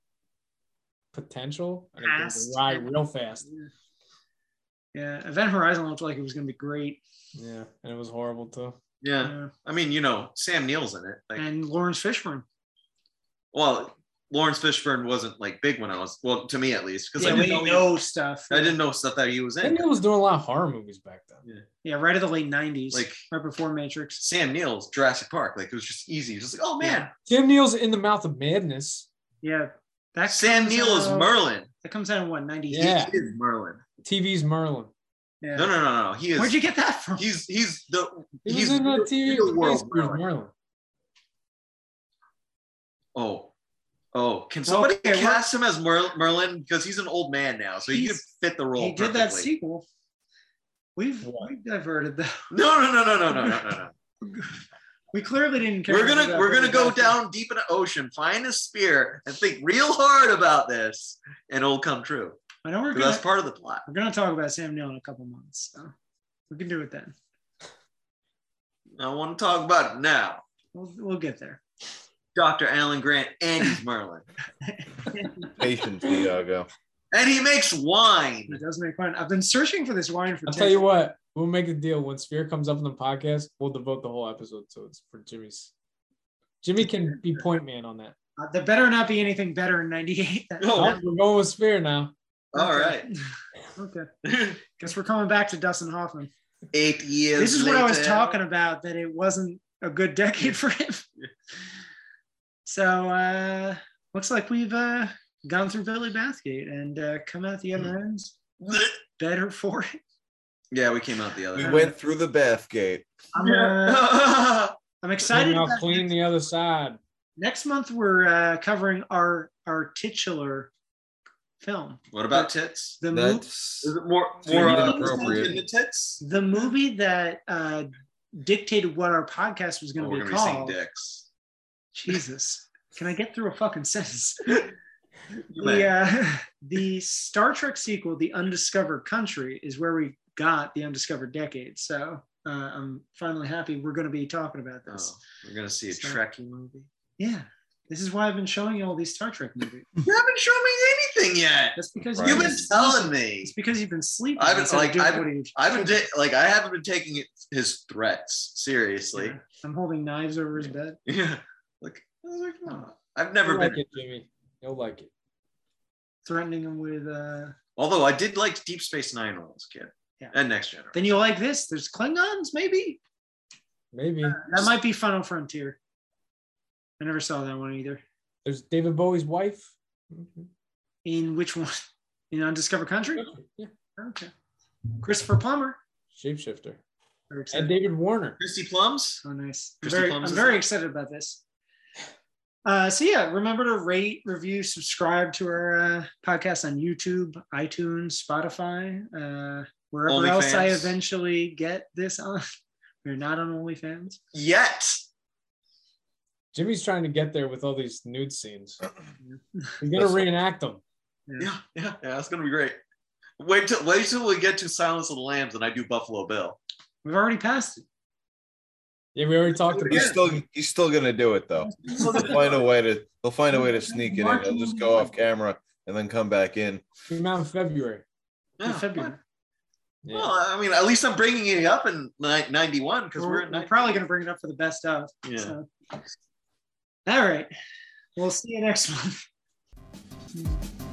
[SPEAKER 2] potential and it goes
[SPEAKER 1] Fast.
[SPEAKER 2] awry real fast.
[SPEAKER 1] Yeah, Event Horizon looked like it was going to be great.
[SPEAKER 2] Yeah, and it was horrible too.
[SPEAKER 3] Yeah,
[SPEAKER 1] Yeah.
[SPEAKER 3] I mean, you know, Sam Neill's in it. Like,
[SPEAKER 1] And Lawrence Fishburne.
[SPEAKER 3] well, Lawrence Fishburne wasn't like big when I was well, to me at least, because
[SPEAKER 1] Yeah,
[SPEAKER 3] I
[SPEAKER 1] we
[SPEAKER 3] didn't know, he-
[SPEAKER 1] know stuff.
[SPEAKER 3] I didn't know stuff that he was
[SPEAKER 2] I
[SPEAKER 3] in.
[SPEAKER 2] think it was doing a lot of horror movies back then.
[SPEAKER 1] Yeah, right at the late '90s,
[SPEAKER 3] Like
[SPEAKER 1] right before Matrix.
[SPEAKER 3] Sam Neill's Jurassic Park. Like it was just easy. Just like, oh man,
[SPEAKER 2] Tim Neal's in the mouth of madness.
[SPEAKER 1] Yeah, that
[SPEAKER 3] Sam
[SPEAKER 1] comes
[SPEAKER 3] Neill is
[SPEAKER 1] out-
[SPEAKER 3] Merlin.
[SPEAKER 1] That comes out in what '98.
[SPEAKER 2] Yeah.
[SPEAKER 3] He is Merlin.
[SPEAKER 2] TV's Merlin.
[SPEAKER 1] Yeah.
[SPEAKER 3] No, no, no, no. He is.
[SPEAKER 1] Where'd you get that from?
[SPEAKER 3] he's he's the
[SPEAKER 2] He
[SPEAKER 3] he's
[SPEAKER 2] was in the
[SPEAKER 3] real-
[SPEAKER 2] TV
[SPEAKER 3] real
[SPEAKER 2] the
[SPEAKER 3] world
[SPEAKER 2] Rice Cruz
[SPEAKER 3] Merlin.
[SPEAKER 2] Merlin.
[SPEAKER 3] Oh, oh. Can somebody
[SPEAKER 1] Okay, we're-
[SPEAKER 3] cast him as Merl- Merlin because he's an old man now, so he could
[SPEAKER 1] He's-
[SPEAKER 3] fit the role.
[SPEAKER 1] he did that
[SPEAKER 3] perfectly.
[SPEAKER 1] sequel. We've
[SPEAKER 2] What?
[SPEAKER 1] we've diverted though.
[SPEAKER 3] No, no, no, no, no, no, no, no, no.
[SPEAKER 1] We clearly didn't. care
[SPEAKER 3] we're
[SPEAKER 1] about
[SPEAKER 3] gonna
[SPEAKER 1] that
[SPEAKER 3] we're gonna
[SPEAKER 1] very
[SPEAKER 3] go
[SPEAKER 1] much.
[SPEAKER 3] down deep in the ocean, find a spear, and think real hard about this, and it'll come true.
[SPEAKER 1] I know we're
[SPEAKER 3] 'Cause
[SPEAKER 1] gonna
[SPEAKER 3] That's part of the plot.
[SPEAKER 1] we're gonna talk about Sam Neill in a couple months, so we can do it then.
[SPEAKER 3] I don't want to talk about it now.
[SPEAKER 1] We'll we'll get there.
[SPEAKER 3] Dr. Alan Grant and he's Merlin.
[SPEAKER 4] Patience, Diago.
[SPEAKER 3] And he makes wine.
[SPEAKER 1] He does make fun. I've been searching for this wine for.
[SPEAKER 2] I'll
[SPEAKER 1] 10
[SPEAKER 2] tell you what, we'll make a deal. When Sphere comes up in the podcast, we'll devote the whole episode to it for Jimmy's. Jimmy can be point man on that.
[SPEAKER 1] Uh, there better not be anything better in '98.
[SPEAKER 3] No.
[SPEAKER 2] Oh, we're going with Sphere now.
[SPEAKER 3] All right.
[SPEAKER 1] okay. Guess we're coming back to Dustin Hoffman.
[SPEAKER 3] Eight years.
[SPEAKER 1] This is what I was
[SPEAKER 3] later.
[SPEAKER 1] talking about. That it wasn't a good decade for him. So uh, looks like we've uh, gone through Billy Bathgate and uh, come out the
[SPEAKER 3] Hmm.
[SPEAKER 1] other end better for it.
[SPEAKER 3] Yeah, we came out the other.
[SPEAKER 1] We
[SPEAKER 3] end.
[SPEAKER 1] went
[SPEAKER 4] through the bath gate.
[SPEAKER 1] I'm, uh,
[SPEAKER 3] Yeah.
[SPEAKER 1] I'm
[SPEAKER 2] And
[SPEAKER 1] excited.
[SPEAKER 2] I'll
[SPEAKER 1] about
[SPEAKER 2] clean
[SPEAKER 1] next,
[SPEAKER 2] the other side.
[SPEAKER 1] next month we're uh, covering our our titular film.
[SPEAKER 3] What about tits?
[SPEAKER 1] The, mo-
[SPEAKER 4] That's
[SPEAKER 3] Is it more
[SPEAKER 4] Dude,
[SPEAKER 3] more
[SPEAKER 4] even
[SPEAKER 3] uh,
[SPEAKER 4] appropriate.
[SPEAKER 3] in the tits?
[SPEAKER 1] the movie that uh, dictated what our podcast was going
[SPEAKER 3] Oh,
[SPEAKER 1] to
[SPEAKER 3] we're
[SPEAKER 1] be
[SPEAKER 3] gonna be seeing
[SPEAKER 1] called.
[SPEAKER 3] dicks.
[SPEAKER 1] Jesus, can I get through a fucking sentence?
[SPEAKER 3] You may.
[SPEAKER 1] the uh, the Star Trek sequel, The Undiscovered Country, is where we got the Undiscovered Decade. So uh, I'm finally happy we're going to be talking about this.
[SPEAKER 3] Oh, we're gonna see a
[SPEAKER 1] So-
[SPEAKER 3] Trekkie movie.
[SPEAKER 1] Yeah, this is why I've been showing you all these Star Trek movies.
[SPEAKER 3] You haven't shown me anything yet.
[SPEAKER 1] That's because
[SPEAKER 4] Right.
[SPEAKER 3] You've
[SPEAKER 1] you've
[SPEAKER 3] been telling me.
[SPEAKER 1] It's because you've been sleeping.
[SPEAKER 3] I've been-
[SPEAKER 1] instead of
[SPEAKER 3] like,
[SPEAKER 1] doing
[SPEAKER 3] I've-
[SPEAKER 1] what you-
[SPEAKER 3] I've been ta- like I haven't been taking it, his threats seriously.
[SPEAKER 1] Yeah. I'm holding knives over his bed.
[SPEAKER 3] Yeah, like I was like, "No, I've never
[SPEAKER 2] You'll
[SPEAKER 3] been.
[SPEAKER 2] like it, Jimmy. You'll like it.
[SPEAKER 1] threatening him with uh
[SPEAKER 3] Although I did like Deep Space Nine when I was a kid,
[SPEAKER 1] Yeah.
[SPEAKER 3] and Next Generation.
[SPEAKER 1] then you like this there's klingons maybe
[SPEAKER 2] Maybe
[SPEAKER 3] Uh,
[SPEAKER 1] that might be final frontier i never saw that one either
[SPEAKER 2] there's David Bowie's wife.
[SPEAKER 3] mm-hmm.
[SPEAKER 2] Mhm.
[SPEAKER 1] in which one in undiscovered country
[SPEAKER 2] Yeah,
[SPEAKER 1] okay christopher plummer
[SPEAKER 2] shapeshifter.
[SPEAKER 1] Very
[SPEAKER 2] And
[SPEAKER 1] excited.
[SPEAKER 2] David Warner.
[SPEAKER 3] Christy Plums.
[SPEAKER 1] oh nice i'm
[SPEAKER 3] Christopher
[SPEAKER 1] very,
[SPEAKER 3] Plummer's
[SPEAKER 1] I'm
[SPEAKER 3] is
[SPEAKER 1] very
[SPEAKER 3] in it.
[SPEAKER 1] excited about this uh, so yeah remember to rate review subscribe to our uh, podcast on youtube itunes spotify uh, wherever else i
[SPEAKER 3] OnlyFans.
[SPEAKER 1] eventually get this on we're not on onlyfans
[SPEAKER 3] Yet
[SPEAKER 2] Jimmy's trying to get there with all these nude scenes. He's gonna
[SPEAKER 4] That's-
[SPEAKER 2] reenact them.
[SPEAKER 3] Yeah, yeah, yeah. That's gonna be great. Wait till wait till we get to Silence of the Lambs and I do Buffalo Bill.
[SPEAKER 1] we've already passed it
[SPEAKER 2] Yeah, we already talked about
[SPEAKER 4] He's
[SPEAKER 2] it.
[SPEAKER 4] still he's still gonna do it though. He'll find a way to he'll find a way to sneak it in. He'll just go off camera and then come back in.
[SPEAKER 2] Came out in February.
[SPEAKER 1] in
[SPEAKER 3] Yeah,
[SPEAKER 1] february
[SPEAKER 2] Yeah.
[SPEAKER 3] Well, I mean, at least I'm bringing it up in ni- '91 because
[SPEAKER 1] we're,
[SPEAKER 3] we're,
[SPEAKER 1] we're
[SPEAKER 3] in 90
[SPEAKER 1] probably going to bring it up for the best of.
[SPEAKER 3] Yeah.
[SPEAKER 1] so. All right. We'll see you next one.